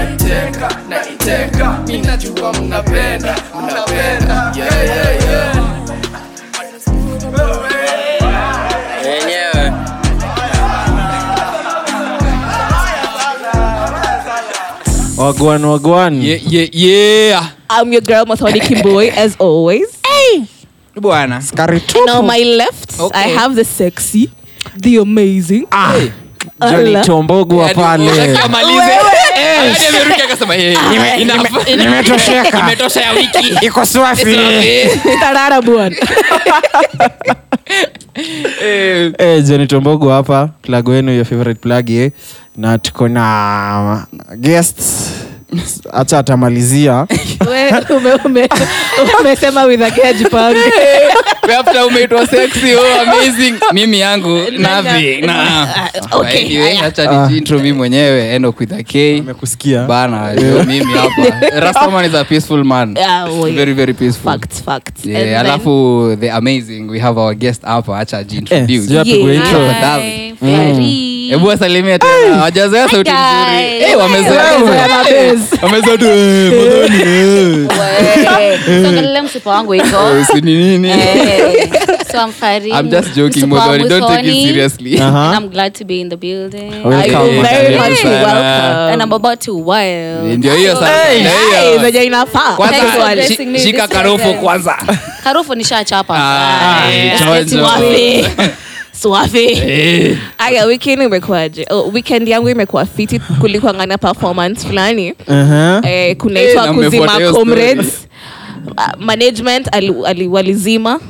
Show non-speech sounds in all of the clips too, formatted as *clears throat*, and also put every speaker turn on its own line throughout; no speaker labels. naiteka naiteka minajua mnapenda mnapenda yeah, yeah, yeah.
yenyewe
wagwan wagwan
Ye- ye- yeah.
I'm your girl Mathodi *laughs* Kimboy as always. Hey,
bwana
Kari tu.
and on my left I
Okay.
have the sexy, the amazing. uh,
Ah, Johnny
Ala.
Chombogu wa pale
Yaani, amalize. Eh, yaani amerudi akasema, eh,
Nime-
enough.
nime- nimetosheka.
Imetosha ya
*laughs*
wiki
iko swafi
*laughs* Tarara *laughs* bwana.
Eh,
Eh, Johnny Tombogu hapa plug wenu your favorite plug eh. na tuko na guests hacha atamalizia
We- ume- ume- Umesema with a gauge pang. *laughs*
after umeitwa sexy oh, amazing mimi yangu navi na
Ah, okay,
Anyway,
haya.
acha nijiintro mimi mwenyewe end up with a K.
amekusikia
bana
Eh.
leo mimi
*laughs*
hapa rastaman is a peaceful man
Ah,
oh,
we-
very very peaceful
Facts, facts.
Yeah,
And then-
alafu the amazing we have our guest hapa acha ajiintroduce
Eh, sijui apigwe
Yeah.
intro.
Hi. Mm.
Ferry. *laughs*
hebu wasalimie tena wajazoea sauti
Hi,
nzuri
guys.
Eh, wamezoea-
Wamezoea na
Eh,
bass.
wamezoea tu,
*laughs*
eh, madhoni, eh.
Wewe. Songelea mshipa wangu iko. *laughs*
Eh, si ni nini
Eh, so I'm Ferry.
I'm just joking,
Mshipa
Modoni.
wangu
Don't take it
Sony.
seriously.
*laughs*
Aha.
And I'm glad to be in the building.
Welcome.
I feel very
Karibu
much
sana.
welcome.
And I'm about to wild.
ndio hiyo sasa,
Hey,
ndio hiyo.
zenye inafaa.
Kwanza,
Thanks for
shi-
dressing me
shika
this way,
karofo
guys. *laughs*
kwanza
Karufu nishachapa.
Ah,
Eh,
chonjo. Eh,
it's getting wild.
Swafi.
*laughs*
Swafi. aya wikini imekuaje oh, weekend yangu imekuwa fiti kulikuanga na performance fulani
Aha.
eh,
*laughs* Eh,
kunaitwa
na mmefuata
kuzima
hiyo story.
comrades *laughs* uh, management ali, ali, walizima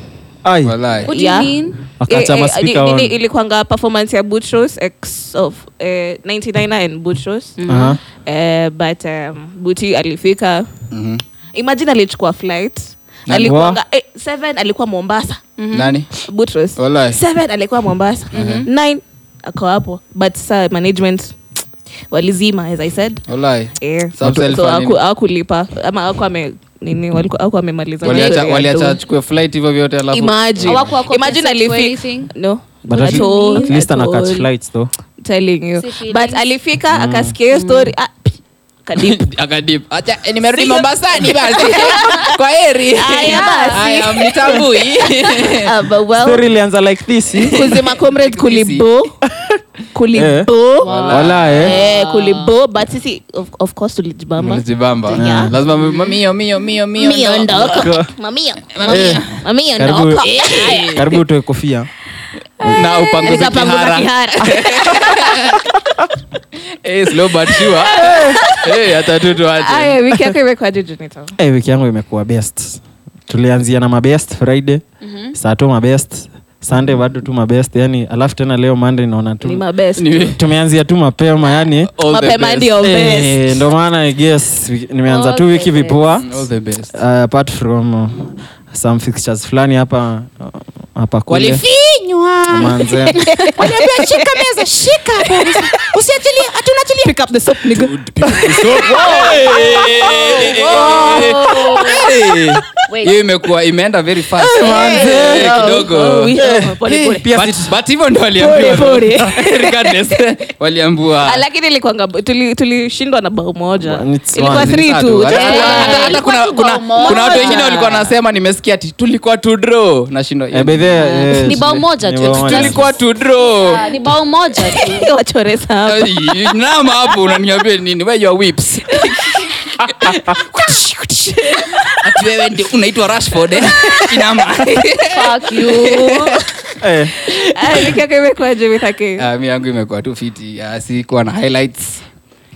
Ai,
Walai.
What do you
Yeah.
mean?
Wakacha
Eh, eh,
maspika
ni- nini
on.
ilikwanga performance ya butros ex of eh, 99 and butros
Mm.
Aha.
eh, but um, buti alifika
Mhm.
imagine alichukua flight
Na-
alikuwa eh, seven alikuwa mombasa
nani
Mm-hmm.
butros
Walai.
seven alikuwa mombasa
Mm-hmm.
nine ako hapo but saa management walizima as i said
Walai.
Eh.
Some
So,
self
hawaku-
anime.
hawakulipa ama hawaku ame nini walikuwa- hawaku amemaliza
Waliacha-
vizuri,
waliacha
although-
achukue flight hivyo vyote alafu *laughs*
Imagine.
Hawaku- hawaku
Imagine
compensate for
alifi-
anything?
No,
but
at
at-
all,
at least
at
ana catch
all.
flights though
Oh. Telling you.
Si feelings.
but alifika akasikia hiyo story ah, pff, kadip.
akadip acha eh, nimerudi mombasani basi kwa heri
Aya, basi.
Aya, mnitambui.
Ah, but well,
story ilianza like this eh?
kuzima comrade kulibo
Eh.
kulibo
wala eh
eh, kulibo but sisi of, of course tulijibamba
Mlijibamba.
Yeah.
lazima mwe- mio mio mio mio
mio
ndo.
ndoko
Eh,
mamio
Karibu-
ndoko
karibu utoe kofia
na upanguzi
nikapanguza
kihara
kihara
Eh, slow but sure Eh, hata tu tuache
aya wiki yako imekwaje junito
hey, Eh, wiki yangu imekuwa best tulianzia na mabest friday mm-hmm. saa tu mabest sunday bado tu mabest yani alafu tena leo monday naona
ni
tu
mabest
Ni-
tumeanzia tu mapema yani
all the
mapema
best.
ndio best
Eh, ndo maana I guess wi- nimeanza tu wiki
Okay.
vipoa
All the best.
uh, apart from uh, some fixtures fulani hapa uh, hapa kule manze Eh,
pick up the soap nigga
*laughs*
Eh,
Oh. Wait.
hiyo imekuwa imeenda very fast
manze.
Eh,
Oh,
kidogo
we- oh, pole, pole.
But- but hivyo ndo waliambiwa.
Pole,
*laughs* Regardless, waliambiwa
Ah, lakini ilikuwanga tuli- tulishindwa na bao moja
It's
ilikuwa
one.
three Eh,
Hata-
tu
hata-
Just one.
hata- hata kuna-
Ilikuwa tu
kuna-
bao
kuna watu
moja.
wengine walikuwa nasema nimesikia ati tulikuwa to draw nashindwa
Eh, by the way, eh,
Ni bao moja
ni
tu.
bao moja.
tulikuwa to
*laughs*
draw
Ah, Ni bao moja tu.
wachore sana
Ai, nama hapo unaniambia nini Where your
*laughs*
whips ati wewe ndio unaitwa rashford eh? inama
*laughs* Fuck *laughs* you.
eh,
wiki yako imekwaje mithaki
Ah, mi yangu imekuwa tu fiti Ah, sikuwa na highlights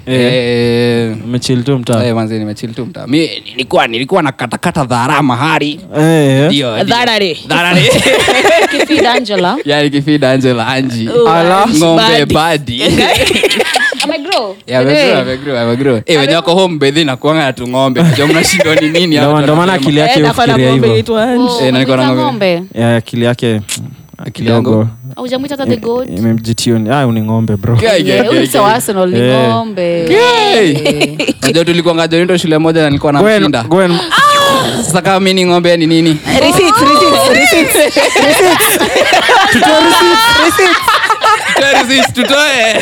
eh,
Eh,
mechill tu mtaa
eh,
eh,
manze nimechili tu mtaa mi nilikuwa nilikuwa na katakata dhara mahari
eh.
Ndio, ndio.
Dharari.
*laughs* Dharari.
Kifid Angela.
Yaani kifida angela anji
ah,
Ah,
Ala.
ng'ombe
Badi.
badi
Am I grow?
*laughs* Yeah, amegrow, amegrow, amegrow. Eh, wenye wako home bedhi nakuanga na tung'ombe najua mnashindwa ni nini
Ndo-
hawa
ndo maana
tunasema.
akili
Eh,
yake hufikiria hivyo
hivyo
Oh,
Eh, na niko na
umemwita
ng'ombe.
ng'ombe.
Ya, akili yake
yangu.
kidogo
Haujamwita hata the
Eh,
goat.
imemjituni ah, ni ng'ombe bro
Kia, kia,
Yeah,
kia,
huyu
kia.
sio wa Arsenal, ni
Eh.
ng'ombe.
Hey! najua tulikuanga jonito shule moja na nilikuwa
Gwen,
namshinda
Gwen,
Ah,
sasa kama mi ni ng'ombe ni nini
Receipts, receipts, receipts.
tutoe receipt,
*laughs*
tutoe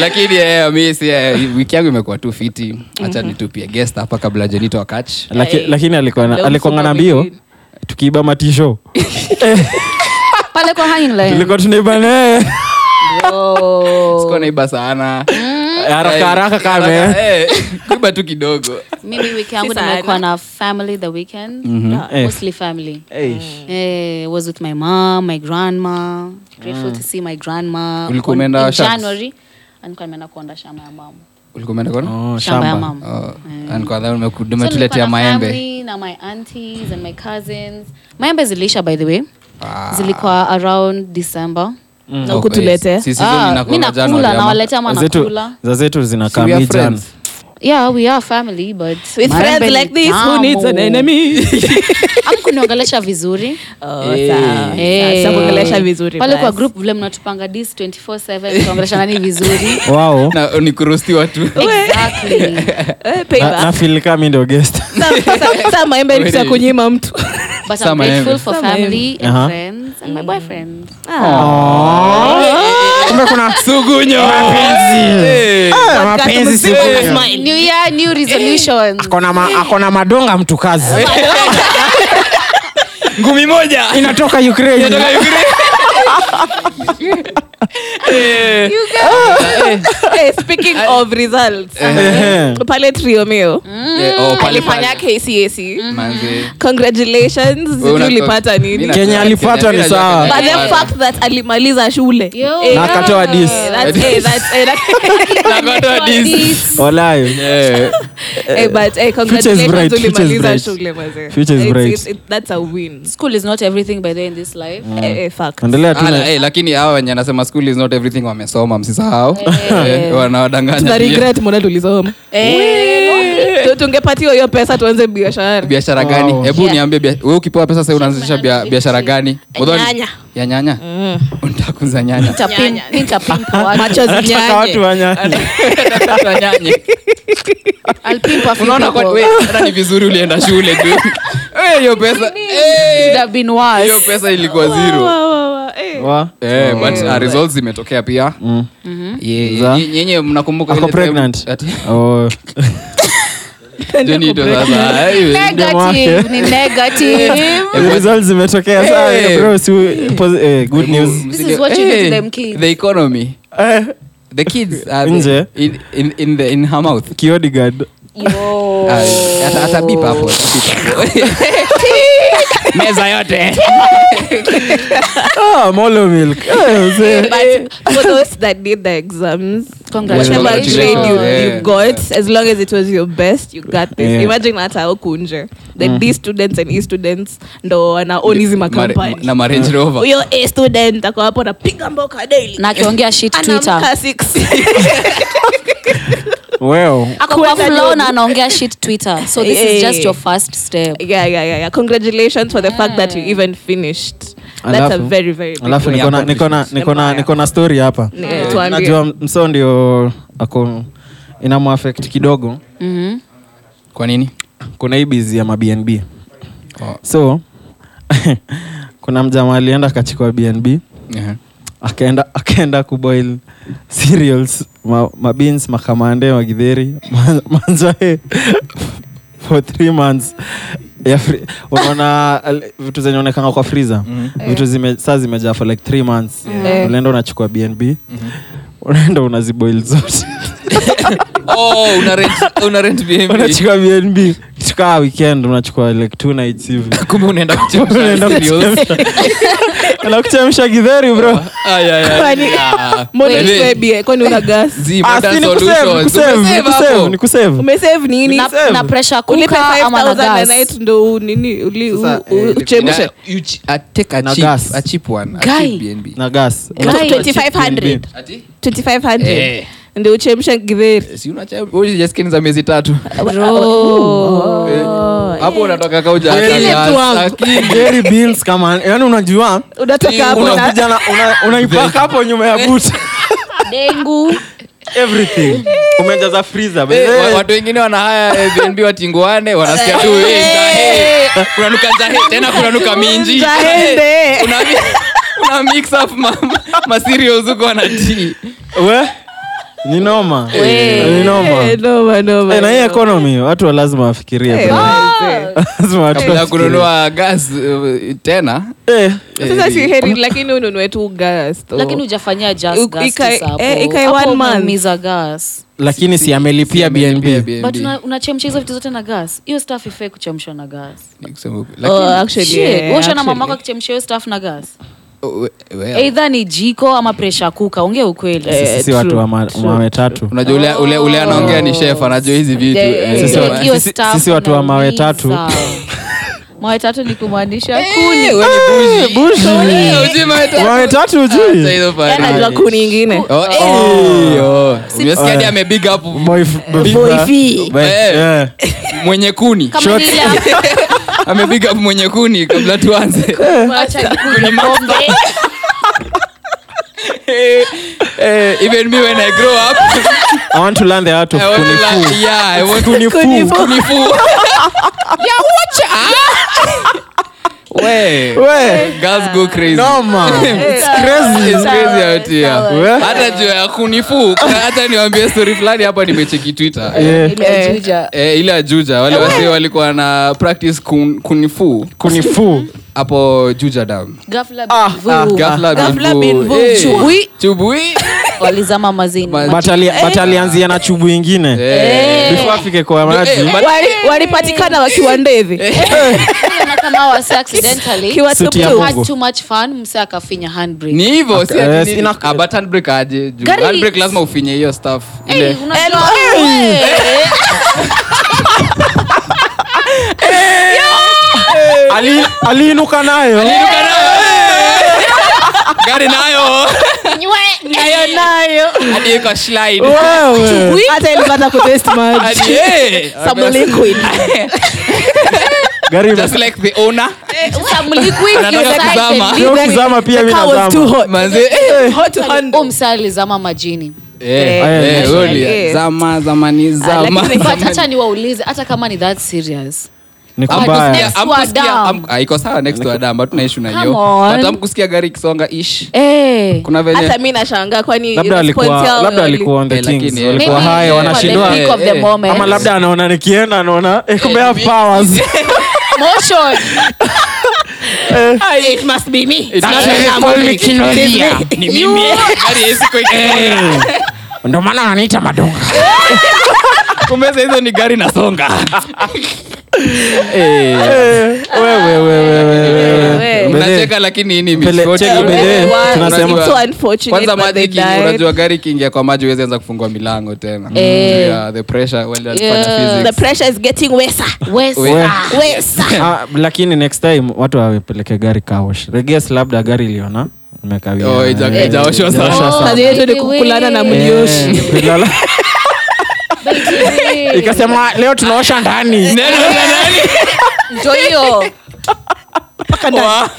lakini eh, mi si, eh, wiki yangu imekuwa tu fiti
Mhm.
hacha nitupie guest hapa kabla jenito wakach
Laki,
eh.
Ai.
lakini
Leo
alikuanga na
mfuko
mbio
wiki.
tukiiba matisho
pale kwa hanging line
tulikuwa tunaiba naye
Hmm? Bro.
sikuwa naiba sana
Mm.
Eh, haraka haraka kame
Eh, kuiba tu kidogo
mimi wiki yangu
Si sana.
nimekuwa na family the weekend Uh,
Eh.
mostly family Eh, was with my mom, my grandma. Grateful
Ah.
to see my grandma.
Ulikuwa
On-
umeenda
in
shams?
January, and nilikuwa nimeenda kuonda shamba ya mama.
ulikumenda kona
Oh,
Hmm. Shamba ya
shamba
mama. Eh.
Ah,
So
nkwadhametuletea
nilikuwa na
maembe
family, na my aunties and my cousins. Maembe zilisha by the way.
Ah.
Zilikuwa around December.
Mm.
Na huku tulete.
Ah, mi nakula nawaletea ama
zetu
nakula.
za zetu
Si we are
zinakaa jana
friends?
Yeah, we are family but
With
maembe
friends
ni
like this, who needs an
tamu. *laughs*
enemy?
Hamkuniongelesha vizuri.
Oh, sawa.
Eh.
Sasa kuongelesha vizuri
pale kwa
basi.
group vile mnatupanga this 24/7 tunaongelesha nani vizuri
*laughs*
wao
Na- ni kurustiwa
*laughs*
tu
exactly
Eh, pay back.
nafilika mi ndio
*laughs*
guest
Sa- sa- sa maembe ni za kunyima mtu
But
Some
I'm grateful
envy.
for
Some
family and
Uh-huh.
friends and
Mm.
my boyfriend.
Ah.
kumbe kuna
sugunyo
mapenzi
Eh.
Oh
Eh, mapenzi si
Podcast
kunywa.
New year, new resolutions.
Akona ma- akona madonga mtu
Oh
kazi
ngumi moja
inatoka ukraine
*laughs*
Inatoka Ukraine.
Eh, speaking of results
Eh. Ehe.
pale triomeo
Mm.
Eh, oh, pale Mm.
alifanya
pale.
kcac
Manze.
congratulations
Wewe
sijui
una-
ulipata nini
Mimi Eh,
but
Kenya
najua-
alipata
Kenya,
ni
mimi najua
sawa.
Kenya
the
alipata.
fact that alimaliza shule
Yo.
Eh,
na akatoa dis
eh, that's- eh, that's- eh, that-
Nakatoa dis.
walayo
Eh,
Eh, but, eh, congratulations
bright, future is
ulimaliza
bright.
shule mazee.
Future is
It's-
bright.
it's- it- that's a win
School is not everything by the way in this life.
Eh, eh, fact.
endelea tu
ala, eh, lakini hawa wenye anasema school is not everything wamesoma msisahau Eh,
Tuna
wanawadanganya
regret mbona tulisoma
Eh,
Tu- tungepatiwa hiyo pesa tuanze biashara
biashara gani hebu
Yeah.
niambie bia- wewe ukipewa pesa sasa unaanzisha bia- biashara gani Udhani-
Nyanya. Mm.
ya nyanya unataka kuuza
*laughs*
nyanya
pinta pin- pinta pimpa watu.
macho
nataka
zinyanye
watu wanyanya
Tafuta nyanya.
I'll
*laughs*
pimpa
unaona
people.
kwa we, hata ni vizuri ulienda shule tu Eh, hiyo pesa eh,
Should have been worse.
hiyo pesa ilikuwa zero
Wa- wa- wa- eh.
Wa?
Eh, but, uh, results zimetokea pia Mm.
Mhm.
Ye-
Za-
ye- Eh, nyenye mnakumbuka
Ako
ile time-
pregnant.
ati-
Oh.
Jenito sasa eh,
Negative, ni negative.
The results zimetokea Sawa, eh,
Hey.
bro, si- posi- eh, good news.
This is what you do to
Eh,
them kids.
the economy
Eh,
the
*laughs*
kids are the-
Nje.
in, in, in, the, in her mouth
kiodigard
Yo.
Ah, ata- atabipa hapo atabipa hapo.
*laughs*
meza yote
Ah, molo milk Eh, mzee.
*laughs* But for those that did the exams,
Congratulations.
whatever grade you,
Congratulations.
you got, as long as it was your best, you got this.
Yeah.
Imagine hata au kunje. The D students and E students ndo wana own hizi makampani.
na marange rover
Huyo A student ako hapo anapiga mboka daily.
Na akiongea shit Twitter.
Anaamka 6.
Well,
Ako kwa
Kwenda
flow
job.
na anaongea shit Twitter. So this is just
Eh.
your first step.
Yeah, yeah, yeah, yeah. Congratulations for the fact that you even finished. That's a
Alafu-
very, very big
alafu
Ni
niko na- niko na-
accomplishments.
niko na- niko na story hapa
Eh, tuambie.
najua mso ndio ako inamwafekt kidogo
Mhm.
kwa nini
kuna hii bizi ya mabnb
Oh.
so *laughs* kuna mjamaa alienda akachikwa bnb
Ehe.
akaenda akaenda kuboil cereals ma, mabins makamande magidheri ma- manzae for three months ya fri- unaona al- vitu zenye onekanga kwa friza
Mm-hmm.
vitu zime, saa zimejaa for like three months
Eh.
unaenda unachukua bnb
Mm-hmm.
unaenda unaziboil zote
Oh, una rent- una rent BMW.
unachukua bnb chukua weekend unachukua like two nights hivi
kumbe unaenda kuchemsha
unaenda
cereals.
kuchemsha unakuchemsha gidheri bro
Ay, ay, ay.
Kwani-
Ah.
Mbona
Wait.
usiwe bie? eh? Kwani una gas?
Zee,
Ah,
modern
si ni kusave,
solutions.
ni kusave, ni
Umesave
kusave,
hapo.
ni kusave.
umesave nini
Na-
Save.
na pressure
ulipe
cooker ama na
5000 na
gas?
night ndo u- nini uli- u-
Sasa,
u-
eh,
uchemshe
Na- you ch- I take a
Na
cheap-
gas.
a cheap one, a
Guy.
cheap BNB.
na gas
Guy, 2500. 2500
Eh.
ndio uchemshe githeri
Si una cha- wewe jaskini za miezi tatu
Oh,
hapo unatoka kauja
Ile tu hapo.
Dairy beans kama yani Yaani unajua
unatoka hapo na-
unakuja na una- unaipaka hapo nyuma ya buti
dengu
everything umejaza freezer
Eh,
baby.
wa- watu wengine wana haya eh, BNB watinguane wanasikia tu eh, nzahe. kunanuka nzahe tena kunanuka minji Eh,
Nzahende.
Una mi- una mix up mama materials huko na tea.
we ni noma
We.
ni noma
Eh, noma, noma,
Eh, na hii
noma.
economy watu wa lazima wafikirie
Eh,
bro.
waze.
*laughs* Lazima watu
kabla ya
wafikirie.
kununua gas uh, tena
Eh,
sasa si heri lakini ununue tu gas though.
lakini hujafanyia
Oh. U- ikae- eh, ikae one month.
jamiza gas
lakini si amelipia bnb
but una- unachemsha hizo vitu zote na gas hiyo staff ifai kuchemshwa na gas
Oh, actually, yeah,
washa na
actually.
mamako akichemsha hiyo staff na gas eidha ni jiko ama presha kuka ongea ukweli
Eh,
sisi
true,
watu wa ma-
true,
mawe tatu
unajua ule- ule- ule anaongea ni shef anajua hizi vitu
Yeah,
Eh,
yeah,
Sisi
Hiyo-
wa-
hiyo
sisi-
staff
sisi watu wa mawe
inaumiza.
tatu.
*laughs* mawe tatu ni kumaanisha
Eh, we ni bougie.
Bushi.
Eh, ujui mawe tatu.
mawe
Acha
tatu ujui
hizo
Eh,
fari.
najua kuni ingine
Oh, eh, oh. Umesikia hadi
Oh.
ame big up
Boyf-
Boyfi.
Boy-
Eh.
yeah.
mwenye kuni
kama
Short-
vile
*laughs*
ame big up mwenye kuni kabla *laughs* tuanze
acha nikunywe pombe.
*laughs* Eh, eh, even me when i grow up
I want to learn the art of
I want to
kunifu.
like- yeah, I want
Kunifu.
*laughs* kunifu. Yeah, watch *laughs* out. We.
We,
Girls go crazy.
Noma. It's crazy.
It's crazy out here.
We,
hata juu ya kunifu kuna- hata niwambie story fulani hapa nimecheki twitter
yeah.
Ile juja.
Eh, ile ajuja wale wasee walikuwa na practice kun, kunifu
Kunifu.
hapo juja dam
Ghafla
Ah,
binvu.
Ghafla
Ghafla
bin
bin
vu.
vu.
Eh,
Chubui.
chubui.
walizama mazini
Ma-
But ali- but alianzia na chubu ingine
Eh.
before afike kwa maji
Eh, but-
Wali- walipatikana wakiwa ndevi
Unaona kama wase accidentally
kiwa
Suti ya Mungu.
tuktuk.
had too much fun mse akafinya handbrake
ni hivyo si ati
Yes,
ni-
ina-
ah, but handbrake aje juu
Gari-
handbrake lazima ufinye hiyo staff
Hey,
ile
unajua-
Hello.
*laughs*
Hey.
Ali- aliinuka nayo
Niruka nayo. *laughs* gari nayo
Nayo, nayo.
hadi iko slide
Wewe.
hata ilipata kutest maji
hadi eh.
Some liquid.
Gari-
just like the owner
Sasa mliquid
Anataka
inside
kuzama.
the
Sio
liquid.
kuzama pia
Yaani, The
mi
car was too
nazama
hot.
manzi
Hot to handle.
Huyu mse alizama majini
eh eh
Eh,
holy.
eh.
zama zama ni
Ah,
zama
lakini-
*laughs*
but
*laughs*
hata niwaulize hata kama ni that serious
ni
Ama
kubaya
kusikia- ama
to
kusikia-
Adam.
am- ah, iko sawa next to adam but una issue na hiyo
Come on.
But am kusikia gari ikisonga ish
Eh.
kuna
hata
venye
mi nashangaa kwani
labda
response
alikuwa
yao
labda
wali-
alikuwa on the
Eh, lakini-
things walikuwa
Maybe
high
kwa
wanashindwa
the peak of the
Eh, eh,
moment.
ama labda anaona nikienda anaona eh, kumbe have powers
Motion.
Eh, Ni mimi. Gari ya siku ikienda.
ndo maana wananiita madonga
*laughs* kumbe saa hizo ni gari nasonga
Eh, wewe, wewe,
eh,
wewe,
Eh,
wewe.
unacheka lakini hii ni
Pele-
misfoti.
cheki bedee,
Everyone,
tunasema-
it's so
Unajua-
unfortunate,
kwanza
but
maji
they
kingi-
died. Mm.
unajua gari ikiingia kwa maji huwezi anza kufungua milango tena
Eh.
Yeah, the pressure, well, walifanya
Yeah.
physics.
the pressure is getting wesa
West.
We-
eh,
wesa
Ah, lakini next time watu awepeleke gari kawosh reges labda gari iliona imekawia.
Oh, ija-
Eh,
ijaoshwa sana.
ijaoshwa
Oh,
kazi yetu ni
by the
kukulana na
way.
Eh,
mlioshi *laughs*
kulala- *laughs* ikasema leo tunaosha ndani
Neno la
*laughs*
nani?
ndio hiyo *laughs*
Wa-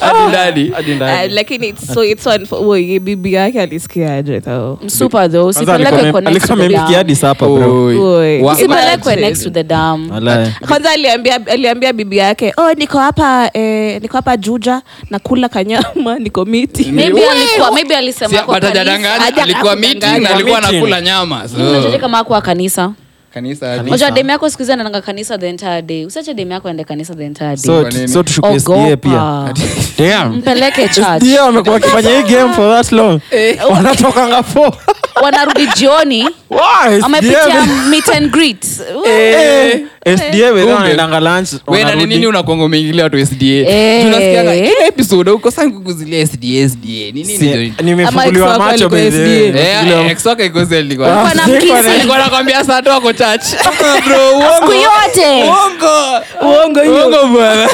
Hadi ndani.
Hadi
Ah,
ndani.
lakini it's so it's so unfo- Woi, bibi yake alisikiaje tao
Msupa though,
Kwanza
usipelekwe
alikuwa
kwa
ame-
next to
alikuwa
the
amemiki
dam.
hadi sapa bro
Oh.
Oi.
Oi.
Wa-
Usiba-
Usipelekwe next to the dam
Wallahi.
kwanza aliambia aliambia bibi yake oh niko hapa eh, niko hapa juja nakula kanyama *laughs* niko miti
Maybe alikuwa- maybe
Si-
alisema kwa
but hajadanganya,
kanisa.
Haja-
alikuwa miti na alikuwa
Miti.
anakula nyama
Mm,
so.
Unajuaje kama hakuwa kanisa
Kanisa hadi-
unajua dem yako siku hizi anaenda kanisa the entire day usiache dem yako aende kanisa the entire day
so, so
Oh,
tushukie SDA pia
ogopa
Damn.
mpeleke church
SDA wamekuwa wakifanya hii game for that
*laughs*
long
Eh.
wanatokanga fo
wanarudi jioni
*laughs* Why?
wamepitia
SDA
meet and greet
*laughs* Eh, SDA
Kumbe.
wewe wanaendanga lunch
We, na
wanarudi.
nini unakuanga umeingilia watu sda
Eh.
tunasikianga kila episode ukosangi kukuzilia sda sda ni nini ndio
Si-
hii?
nimefunguliwa
Ama ex
macho
wako alikuwa
baby.
SDA.
Nimefunguliwa-
Eh, ex wako ikosi alikuwa-
Ah,
Bwana
sikuwa
mkisi.
na-
alikuwa anakwambia Eh, saa tu ako church Ah, bro, uongo.
yote
Uongo.
uongo hiyo
Uongo bwana.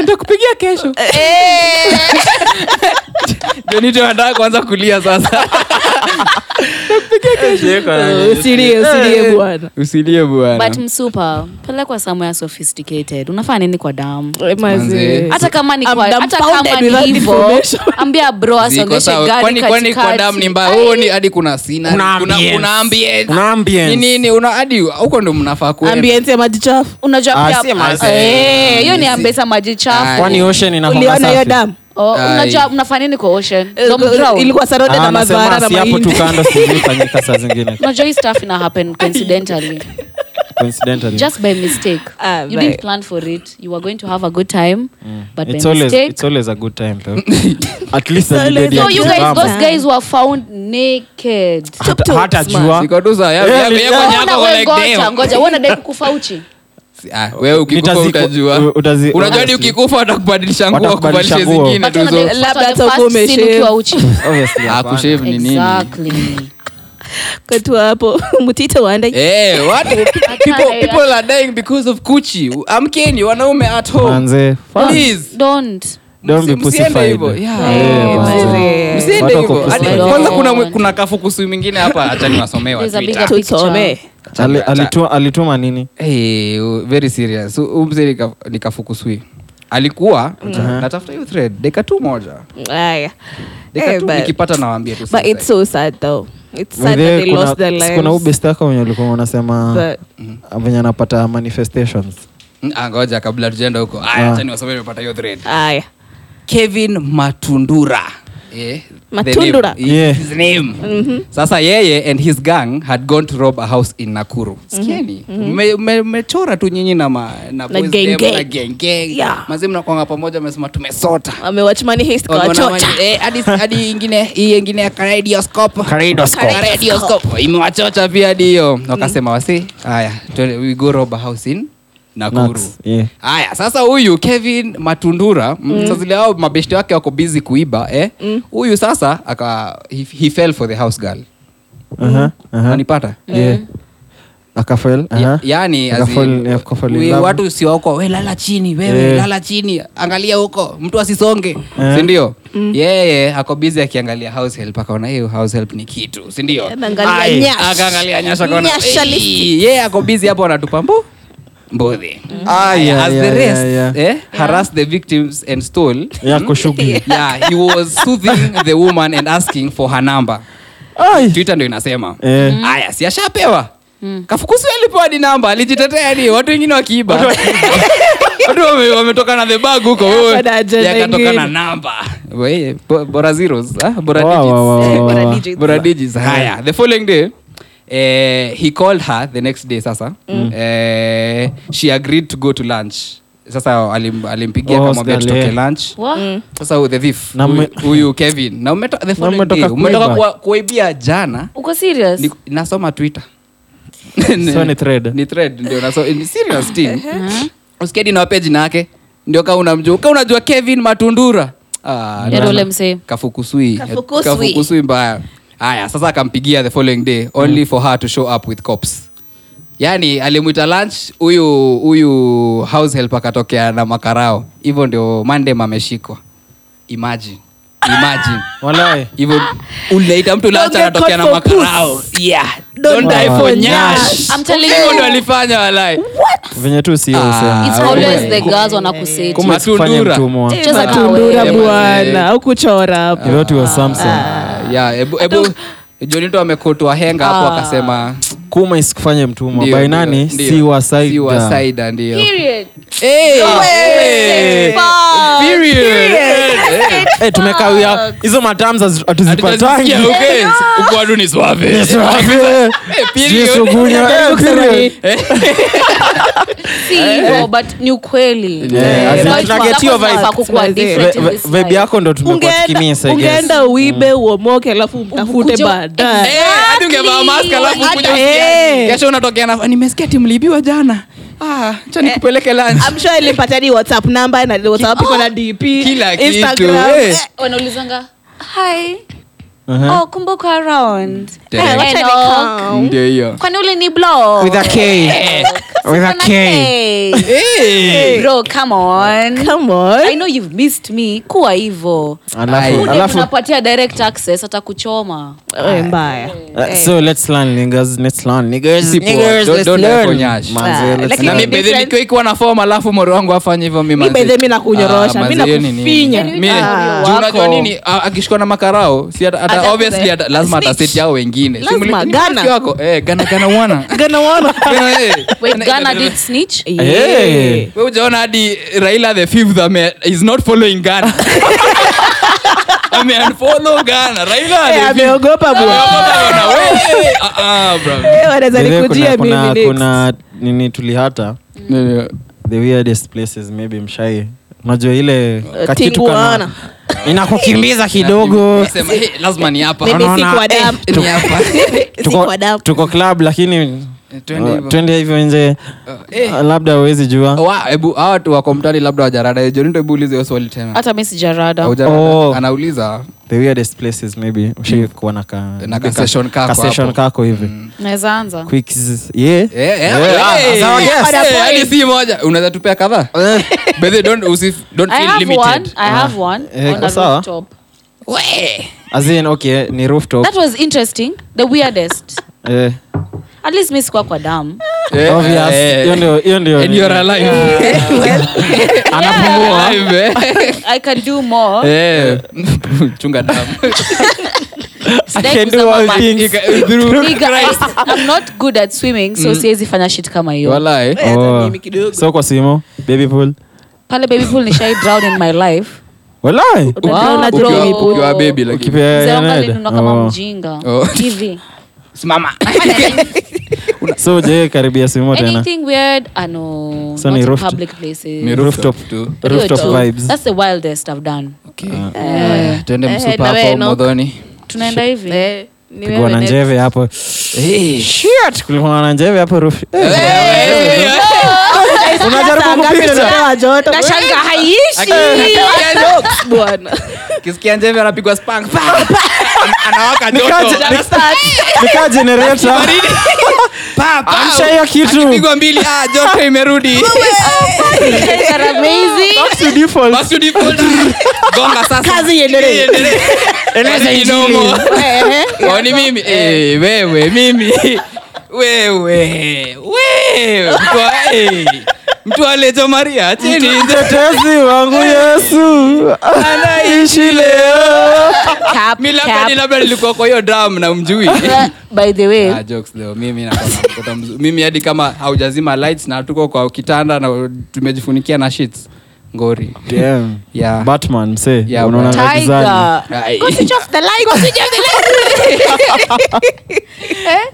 nitakupigia kesho Eh. *laughs*
Jonito anataka kuanza kulia sasa
*laughs*
Sikuwa na-
usilie usilie
Eh,
bwana
usilie
but
bwana
msupa pelekwa somewhere sophisticated unafaa nini kwa damu
Eh,
Manze.
mazee
hata kama ni kwa-
I'm
hata kama
dumbfounded with
ni
that
hivo
information.
*laughs* ambia bro
Ziko
asongeshe
sawa.
gari
Kwani- kwani kwa damu ni
katikati
mbaya Huo ni hadi kuna sina
Kuna ambience. Kuna ambience.
nini una hadi huko ndo mnafaa kuenda.
ambience ya maji chafu
unajua
Ah,
pia
si
ma-
mazee.
Eh, hiyo ni ambesa maji
Ah,
chafu
Kwani ocean inakuanga
uliona hiyo
safi?
damu
Oh,
Ai.
unajua mnafaa nini kwa ocean
Eh,
Don't drown.
ilikuwa surrounded na
Ah,
madhara
nasema
na
si hapo tu
mahindi
kando
*laughs*
sijui fanyika saa zingine
unajua hii stuff ina happen coincidentally
coincidentally
just by mistake
Ah,
you
right.
didn't plan for it you were going to have a good time
Mm.
but
it's
by
always
mistake
it's always a good time
*laughs*
though at least
It's
the
always
lady
a
so
Yeah,
you
yeah.
guys
akitabamu.
those guys were found naked
Hata-
Tuk-tuk,
hata
smart.
jua
Iko tu sawa, ya-
Yeah,
ya-
ni-
ya-
yeah.
kwenye
Ona
yako
we,
Yaani like
ngoja
them.
ngoja wewe unadai kukufa uchi
Ah, wewe ukikufa
Nitaziku-
utajua
u- utazi-
unajua hadi
honestly.
ukikufa watakubadilisha nguo
Watakubadilisha
wakubadilisha
nguo.
zingine
But
tu hizo.
unadai- but
Labda
on the
hata
first
ukiwa
scene
umeshave.
ukiwa
*laughs*
uchi
obviously
Ah,
hapana.
kushave ni nini
exactly
kwetu hapo *laughs* mtito wande
Eh,
*laughs*
what? people,
ya.
people are dying because of kuchi amkeni wanaume at home
Manze,
Please.
don't
don't be
Msi- msiende
pussified.
hivyo. Yeah.
Eh,
Oh,
manze.
manze.
Msiende
Watu wako
hivyo. Hadi-
pussified.
kwanza kuna mwe- kuna kafukusu mwingine hapa acha niwasomee wa
There's a
Twitter.
bigger
tusome
Ali- alitu- alituma nini
Hey, u- very serious umzee nikafukuswi alikuwa
Mm.
Uh-huh.
natafuta hiyo thread dakika tu moja
haya
dakika
Eh,
tu
but-
nikipata nawaambia tu
but it's
sasa.
so sad though it's sad
Mwenyewe
that they lost their
kuna- kuna
lives
ubest yako wenye ulikuwa unasema
but
venye anapata manifestations
Mm, ah, ngoja kabla tujaenda huko
Ah.
aya acha niwasomee nimepata hiyo thread
haya
kevin matundura Eh, the name-
Matundura. Mm-hmm.
his-
Yeah.
his name. sasa yeye and his gang had gone to rob a house in nakuru sikieni mmechora me, mmechora tu nyinyi na, ma, na,
Mm-hmm. Na gang
boys them,
gang.
na gang gang.
Yeah.
Mazee mnakuanga pamoja amesema tumesota
amewachmani hist
Wakaona
kawachocha
maji- eh, hadi- hadi ingine hii ingine ya kaleidoscope. Kaleidoscope. imewachocha pia hadi hiyo
Mm.
wakasema wasi haya twende, we go rob a house in nakuru
Naks, yeah.
haya sasa huyu kevin matundura mm. sasa zile hao mabeshti wake wako busy kuiba eh? huyu sasa aka, he, he fell for the house girl
Aha, aha.
anipata
Uh-huh, Yeah. uh-huh. Akafel, aha.
Eh. Ya- yaani as in,
Akafel- akafel in
we-
love.
watu si wako we lala chini wewe
Eh.
lala chini angalia huko mtu asisonge
Eh.
sindio yeye ako bizi akiangalia house help akaona hiyo house help ni kitu sindio
Anaangalia
Ai,
nyash.
akaangalia nyasha akaona
Nyasha
"Ei."
listi.
yeye ako bizi hapo anatupa mbu mbudhi Aya,
Mm. Ah, yeah,
as
yeah,
the
yeah,
rest,
yeah.
eh, harassed the victims and stole
yako shughuli
*laughs* yeah, he was soothing the woman and asking for her number twitter ndo inasema
Eh. Mm.
haya si ashapewa
Mm.
kafukusi alipewa hadi namba alijitetea hadi watu wengine wakiiba *laughs* watu wame- wametoka na the bag huko
Yeah,
wewe.
kwa na agenda
Yeye akatoka
ingine.
na namba Weye, bo- bora zeros ah, bora
Wow,
digits.
wow, wow, wow,
Bora
wow.
digits.
Bora digits. haya the following day eh, he called her the next day sasa
Mm.
eh, she agreed to go to lunch sasa alim, alimpigia
Oh,
akamwambia
hospital,
tutoke
yeah.
lunch
what
sasa huyu the thief
Na
huyu-
mme-
huyu kevin na umeto- the following
umetoka
day, umetoka
kuiba.
kuwa- kuibia jana
uko serious
Ni- nasoma twitter
*laughs* So ni thread.
ni thread ndio naso- ni serious thing usikedi nawapea jina yake ndio ka unamjua ka unajua kevin matundura Ah,
Ndio
na-
ule msee.
kafukusui
Kafukusui.
kafukusui mbaya haya sasa akampigia the following day only
Hmm.
for her to show up with cops yaani alimwita lunch huyu huyu house help akatokea na makarao hivyo ndio mandem ameshikwa imagine imagine
Walai.
hivyo unaita mtu lunch
Don't get
anatokea na
caught for
makarao yeah
Don't
don't die
die
for
for
nyash
nyash. I'm telling
Hivyo
you.
ndo alifanya walai
venye tu sio
Ah,
usema.
it's
Ah,
always
wewe.
the girls wanakuseti
Kumbe sikufanye
Matundura.
mtumwa.
Eh, Just
matundura
kawe.
bwana au kuchora hapo
If that was Samson.
Ah, yeah, ebu- ebu jonito amekotwa henga hapo akasema
kuma isikufanye mtumwa
ndio,
by
ndio,
nani
ndio.
si wa side
Si wa
down.
side, ndio
Period.
Hey, hey,
Fuck.
period. Eh,
Eh, tumekawia hizo matamz hatuzipatangi
hatujasikia, okay. Huku watu ni suave. *laughs*
Eh,
period.
shughuli. Eh, period.
Si hivyo, but ni ukweli
Yeah, Eh, as in
But
tunaget
wako
hiyo vibe.
zinafaa kukuwa different in
Ve-
this
ve- vibe
life.
yako ndo tumekuwa tukimia
ungeenda
sasa, I guess. Mm.
ungeenda uibe uomoke alafu utafute
Ukuje-
baadaye
Eh, hadi ungevaa mask alafu
Hata-
kuja usikia.
eh.
Kesho unatokea na nimesikia timliibiwa jana Ah, acha nikupeleke lunch
I'm sure ilipata ni whatsapp number na whatsapp iko na dp
kila kitu,
Instagram.
eh.
oh, Eh,
wanaulizanga hi
Aha.
oh kumbe uko around
Tena.
Eh, wacha
Enoch.
nikam.
ndio hiyo
kwani ule ni blo
With a K. With a K. *laughs*
Eh.
bro come on
Come on.
i know you've missed me kuwa hivo
Alafu- alafu-
unapatia direct access atakuchoma
Eh, mbaya
Uh, so let's learn niggas let's learn niggas
Sipo,
niggas
don't-
let's
don't die
learn.
for nyash.
Manze,
Ah,
let's
lakini-
na
learn.
mi bedhe
different-
nikiwa ikiwa na fom alafu moro wangu afanye hivyo mi
Mi
manze.
bedhe mi nakunyorosha,
Ah,
mi
manze, hiyo ni nini?
nakufinya.
Mi-
Ah.
juu unajua nini Ah, akishikwa na makarao si ata- ata-
Ata-
obviously ata- lazima
Snitch.
ataseti ao wengine Si
Lazima,
muli- ni
Ghana. *laughs*
marafiki wako Eh, Ghana, Ghana wana.
Gana wana.
Ghana, eh.
Wait,
Ghana,
Ghana did snitch.
Hey.
Eh,
We hujaona hadi raila the fifth ame is not following ghana *laughs* ameunfollow ghana raila the
Eh,
fifth.
ameogopa bro.
Ameogopa bwana, we, ah, ah, bro.
Eh, wanaweza
By the way,
nikujia
kuna,
mimi
kuna,
next.
kuna nini tulihata the weirdest places maybe mshai unajua ile
Uh,
kakitu
Tinguana.
kana
*laughs*
inakukimbiza kidogo
Nasema, "Hey, lazima ni hapa
Maybe
Unaona,
siku wa damu.
ni hapa
*laughs* Siku
tuko,
wa damu.
tuko club lakini
Eh, Twende Oh. hivyo.
uh, twende hivyo nje
eh.
Uh, labda uwezi
*laughs*
jua
Wa- hebu hawa watu wako mtani labda wajarada Eh, jonindo hebu ulize hiyo swali tena
Hata mimi sijarada.
Haujarada.
Oh.
anauliza
the weirdest places maybe
Mm.
ushai kuwa na ka-
Na ka session kako
ka session
hapo. Mm.
kako hivi
Naweza anza.
Quicks- yeah.
Eh, eh,
Yeah,
eh,
ah,
eh,
sawa,
eh,
yes.
eh, hadi si moja unaweza tupea kadhaa
Eh,
By the way, don't- usif- don't
I
feel
have
limited.
one. I have one
Eh,
on a
sawa.
rooftop. We.
As in, okay ni rooftop
That was interesting. The weirdest. *laughs*
Eh,
At least mimi sikuwa kwa damu.
Eh,
obvious.
eh,
Hiyo ndio- hiyo ndio
and
ni-
you're alive. *laughs*
*laughs*
Anapumua. *laughs* Alive,
I can do more.
eh. Eh. *laughs* chunga damu
I
Sidai
can do
kusema
all
ma-
things
Ika- eh, through-
Hey guys, I'm not good at swimming,
Mm.
so siwezi fanya shit kama hiyo.
Walai, eh.
Eh, hata
Oh.
mimi kidogo.
so kwa simo baby pool
Pale baby pool nishai drown in my life.
walai
Wow,
Unadrawn
bro.
at baby
Ukiwa- ukiwa baby lakini.
Ukipea
Mzee wangu
yanede.
alinunua kama
Oh.
mjinga.
Oh.
Hivi.
Simama.
Oh. so je karibia simo tena
Anything weird? I know.
So
not
ni
in
rooftop.
public places.
Ni rooftop tu.
Hiyo
rooftop
tu.
vibes
That's eh. the wildest I've done.
Eh, twende
Eh,
msupa
na
hapo
wewe, no.
modhoni
Tunaenda hivi.
Eh, ni
pigwa
wewe
na
next.
njeve hapo Shit, kulikuwa na njeve hapo roof Eh, unajaribu kupita
Kuna joto.
Nashanga haiishi. Eh, Bwana.
*laughs* kisikia njeve anapigwa spank. Pa, pa. *laughs* anawaka joto
Nikaje- nikaa generator
Pa, pa.
Amsha hiyo kitu.
Akipigwa mbili ah, joto *laughs* imerudi
Eh,
back to default
Basi ni folder. gonga sasa kazi iendelee *laughs* Kazi kinomo.
eh.
Waoni mimi Eh, wewe mimi wewe wewe Mtu wa- eh. mtu alejo maria chini
tetezi wangu yesu anaishi leo
Cap,
mi labda
cap.
ni labda nilikuwa kwa hiyo dram na mjui
By the
Eh?
way,
Ah, jokes leo mimi nakuwa na mtoto mzuri. mimi hadi kama haujazima lights na tuko kwa kitanda na tumejifunikia na sheets ngori
Damn.
Yeah.
batman msee
Yeah,
unaona
bro.
vya kizani.
Tiger.
Ai. *laughs*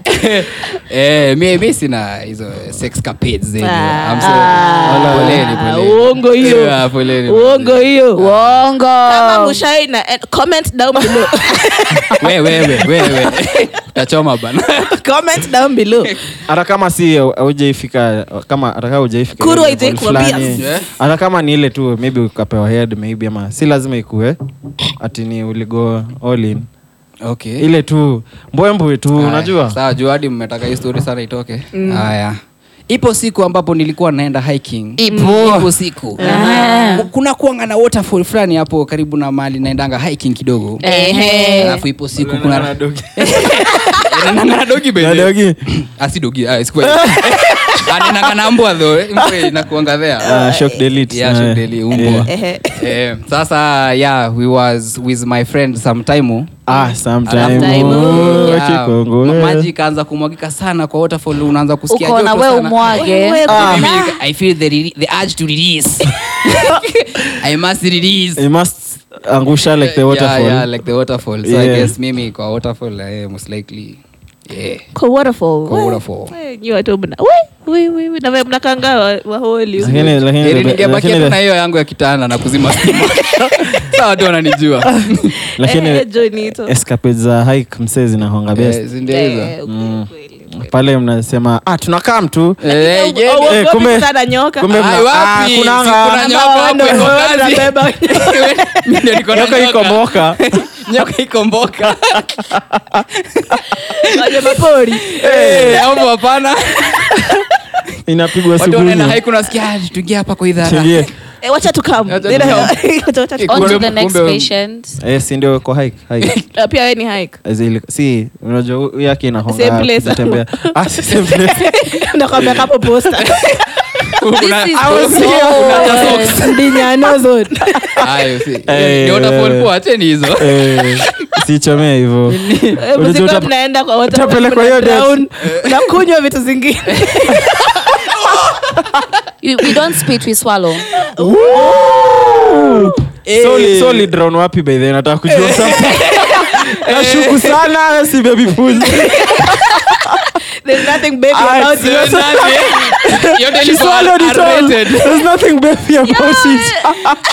Eh, mi- mi sina hizo sex capades zenye. I'm so- poleni, poleni.
Ah, Uongo hiyo.
Yeah, poleni,
Uongo
poleni.
hiyo.
Kama
Uongo.
Mushai na- eh, comment down below.
We, we, we, we, *laughs* we. Utachoma bana.
Comment down below.
hata kama si aujaifika kama hata kama hujaifika
Kuru
level
haijai kuambia.
fulani,
Yeah.
hata kama ni ile tu maybe ukapewa head maybe ama si lazima ikue ati ni uligo all in
Okay.
ile tu mbwembwe tu
Aya,
unajua
sawa juu hadi mmetaka hii story sana itoke haya ipo siku ambapo nilikuwa naenda hiking ipo, ipo siku M- kuna kuanga na waterfall fulani hapo karibu na mahali naendanga hiking kidogo
Ehe.
alafu ipo siku kuna
*laughs*
Anaendanga *laughs* na dogi by the way.
Na dogi.
*clears throat* Ah, si dogi ah, *laughs* sikuwa- anaendanga na mbwa though *laughs* nakuanga there
Ah, shock delete.
Yeah,
Ah.
should daily, umbwa. Eh, sasa yeah we was with my friend sometime
Ah, sometime.
Sometime.
Oh,
Yeah.
Kikongo,
Ma-
eh.
maji ikaanza kumwagika sana kwa waterfall unaanza kusikia
Uko na
joto
we
sana.
umwage.
Maybe
Ah.
you- I feel the, re- the urge to
*laughs*
release. I must release.
You must angusha like the
Yeah,
waterfall
yeah, like the waterfall. So I
Yeah.
guess mimi kwa waterfall, eh, most likely. Yeah,
Kwa waterfall.
kwa waterfall.
Eh, nyi watu mna- we, we, we, we, na we mnakanga wa- waholi.
Lakini- lakini-
Heri ningebakia tu na
lakini-
hiyo yangu ya kitanda na kuzima stima. *laughs* Sasa watu wananijua.
Ah,
Eh,
lakini
Johnny, ito.
escapade za hike msee zinahonga
Eh,
best
si ndio hizo?
Eh, ukweli, kweli.
pale mnasema ah, tunakam tu
Eh,
Au-
yeah.
au-
eh,
au-
kumbe-
sana nyoka.
kumbe-
Ai, wapi?
Ah, kunanga.
Si kuna nyoka hapo iko kazi. *laughs* Mimi ndio niko na
yoko iko
nyoka. *laughs*
moka
nyoka iko mboka
Wanyamapori.
*laughs* Eh, hapo hapana
inapigwa
watu wanaenda
sugumu
haiku nasikia tuingia hapa kwa *laughs* idhara
Chingie.
Eh, wacha tukam.
Wacha
Nina-
tukam.
Wacha- wacha tukam.
On to
Kumbe-
the next
kumbe-
patient.
Eh, si ndio kwa hike
*laughs*
hike
Eh, pia we ni hike.
As in, si unajua huyu yake
Same
inahonga
place.
kutembea ah si same
*laughs*
place
Nakwambia kapo poster.
Kuna-
This is
au
the
sio?
zone.
Kuna hata socks.
*laughs* Ndinyano zone.
Ayo, si-
Eh,
ni waterfall
eh.
poa, acheni hizo
eh sichomea
*laughs*
hivyo
Eh,
Unajua
mzikuwa
uta-
mnaenda kwa waterfall,
utapelekwa hiyo
mna drown.
Nakunywa vitu zingine.
You- we don't spit
*laughs*
we swallow
Soli-
Eh.
soli drown wapi by then nataka kujua
*laughs*
sasa nashuku
Eh.
sana si baby
*laughs*
pool
There's nothing baby
Ah,
about
it's-
you.
Your
she
delivery
swallowed it all
unrated.
there's nothing baby about it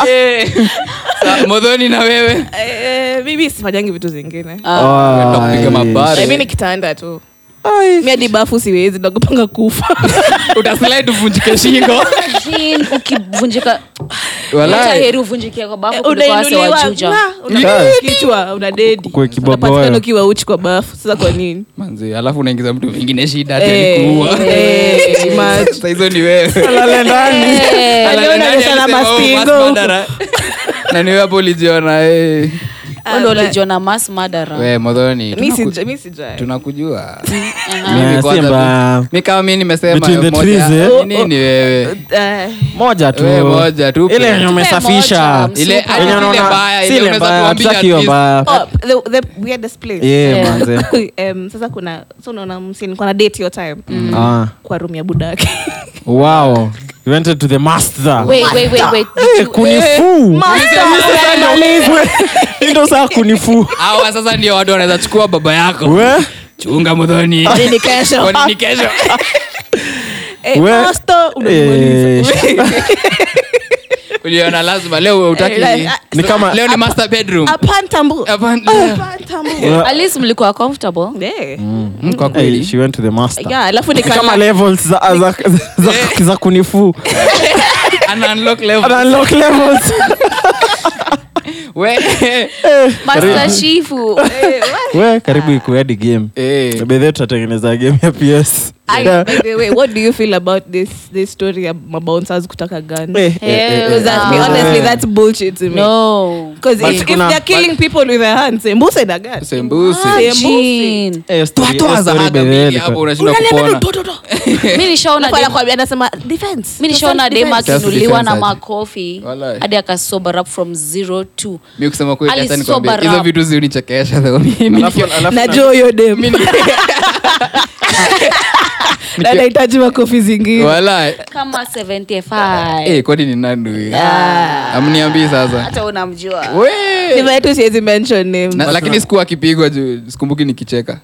Eh. Sa- modhoni na wewe
Eh, mimi sifanyangi vitu zingine
Oh.
Ndo kupiga mabare.
mi ni kitanda tu mi hadi bafu siwezi nakupanga kufa
utaslide uvunjike shingo
Imagine ukivunjika
Walai.
Wacha heri uvunjike kwa bafu kuliko
*laughs*
wase wa Juja.
unainuliwa kichwa unadedi
Kwa kiboboyo.
unapatikana ukiwa uchi kwa bafu sasa kwa nini
manzi alafu unaingiza mtu mwingine shida hata
Eh,
alikuua
eh, imagine.
Sasa hizo ni wewe
Lale ndani.
Eh,
Alale
leo
ndani
unanyeshana
alisema, "Oh,
mastingo
mass
huku."
murderer." *laughs* na ni wewe hapo ulijiona eh.
wewe ndo ulijiona mass murderer.
we modhoni
mi
tunaku-
sija- mi sijai
tunakujua
Aha.
Mimi
Yeah,
kwanza
Simba.
tu- mi kama mi nimesema
Between the
moja-
trees, eh?
nini wewe
Eh,
moja tu
Wewe moja tu.
ile yenye umesafisha
Moja.
ile
Super.
ile
yenye
ile
unaona-
mbaya
si
ile
ile
unaweza
mbaya,
kuambia
hatutaki hiyo
at least-
mbaya.
oh, the- the weirdest place.
Yeah,
Yeah.
manze.
*laughs* Em, sasa kuna so unaona msini kwana date your time
Mm.
Mm.
Ah,
kwa room ya
*laughs*
budake
wow you went to the master
Wait, wait, wait, wait.
Eh, kunifuu indo saa kunifuu
hawa sasa ndio watu wanaweza chukua baba yako
we
chunga modhoni
Kwani ni kesho?
Kwani ni kesho
Eh,
We-
master,
Eh,
unamaliza. *laughs*
uliona lazima leo utaki
Eh,
ni kama
leo ni master bedroom
Hapa nitambu-
Hapa ni-
hapa nitambu-
At least mlikuwa comfortable.
*laughs* Eh,
Mm, kwa
Hey,
kweli
she went to the master
yeah, alafu
Ni kama
nikala-
levels za, za, za, za, za kunifuu
ana unlock level
Ana unlock levels
we Eh.
Master Shifu.
Eh,
*laughs* we karibu ikuedi game
eh
bedhe tutatengeneza game ya ps
I- Eh,
Yeah.
by the way, what do you feel about this- this story ya mabouncers kutaka gun?
Eh, eh, eh,
Because that- me,
eh,
honestly,
eh.
that's bullshit to me.
No.
Because
But
if- if
kuna-
they're killing people with their hands, sembuse na gun.
Ah,
sembusi
Imagine.
Eh, story-
watu
eh, story
wazahaga
bedhe
mbili
ilikuwa-
hapo unashindwa kupona
*laughs*
Mi nishaona
Alafu
dem-
anakwambia- anasema, defense.
mi nishaona dem
Self-defense
akinuliwa na
aje.
makofi
Walai.
hadi akasober up from zero to
mi kusema kweli hata nikwambia
Alisober
hizo
up.
vitu ziunichekesha though. Mimi-
Alafu- alafu na-
najua huyo dem
*laughs*
mimi
na anahitaji makofi zingine
*laughs* wala
kama 75
eh kwani ni nani huyu
Ah.
amniambii sasa
hata unamjua
we
Sifa yetu siwezi mention names.
na, lakini sikuwa akipigwa juu sikumbuki nikicheka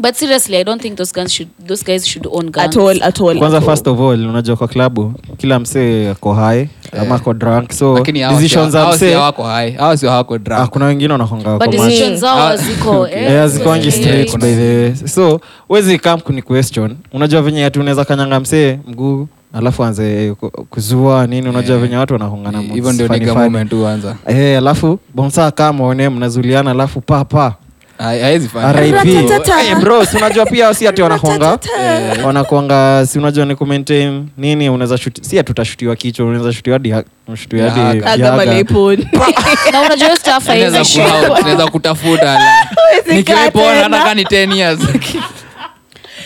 but seriously i don't think those guns should those guys should own guns
At all, at all,
kwanza
at all.
first of all unajua kwa klabu kila msee ako hai ama ako drunk so
lakini hawa si-
Oh, decisions za
hawa si
msee
hawako hai hawa si hawako drunk.
ah, kuna wengine wanakonga wako
but
mad.
decision zao
Ah,
haziko
okay.
eh,
Eh, hazikwangi
haziko
straight
straight.
by the way. so wezi kam kuni question unajua venye ati unaweza kanyanga msee mguu alafu anze ku- kuzua nini unajua venye watu wanahongana
Eh, hivyo ndio niga moment huanza
Eh, alafu bomsaa kama one mnazuliana alafu papa
Hai- hawezi fanya.
RIP.
Ratatata.
Eh, bro, si unajua pia si ati wanakonga wanakonga si unajua ni kumaintain nini unaweza shuti si ati utashutiwa kichwa unaweza shutiwa hadi ha- unashutiwa hadi
Yaga.
Aga
yaga. *laughs*
maleponi.
*laughs* na unajua hiyo stuff
Tunaweza
haiwezi
ku-
shika.
hao, tunaweza kutafuta
Huwezi kaa
nikiwepona
tena.
hata kani 10
*laughs*
years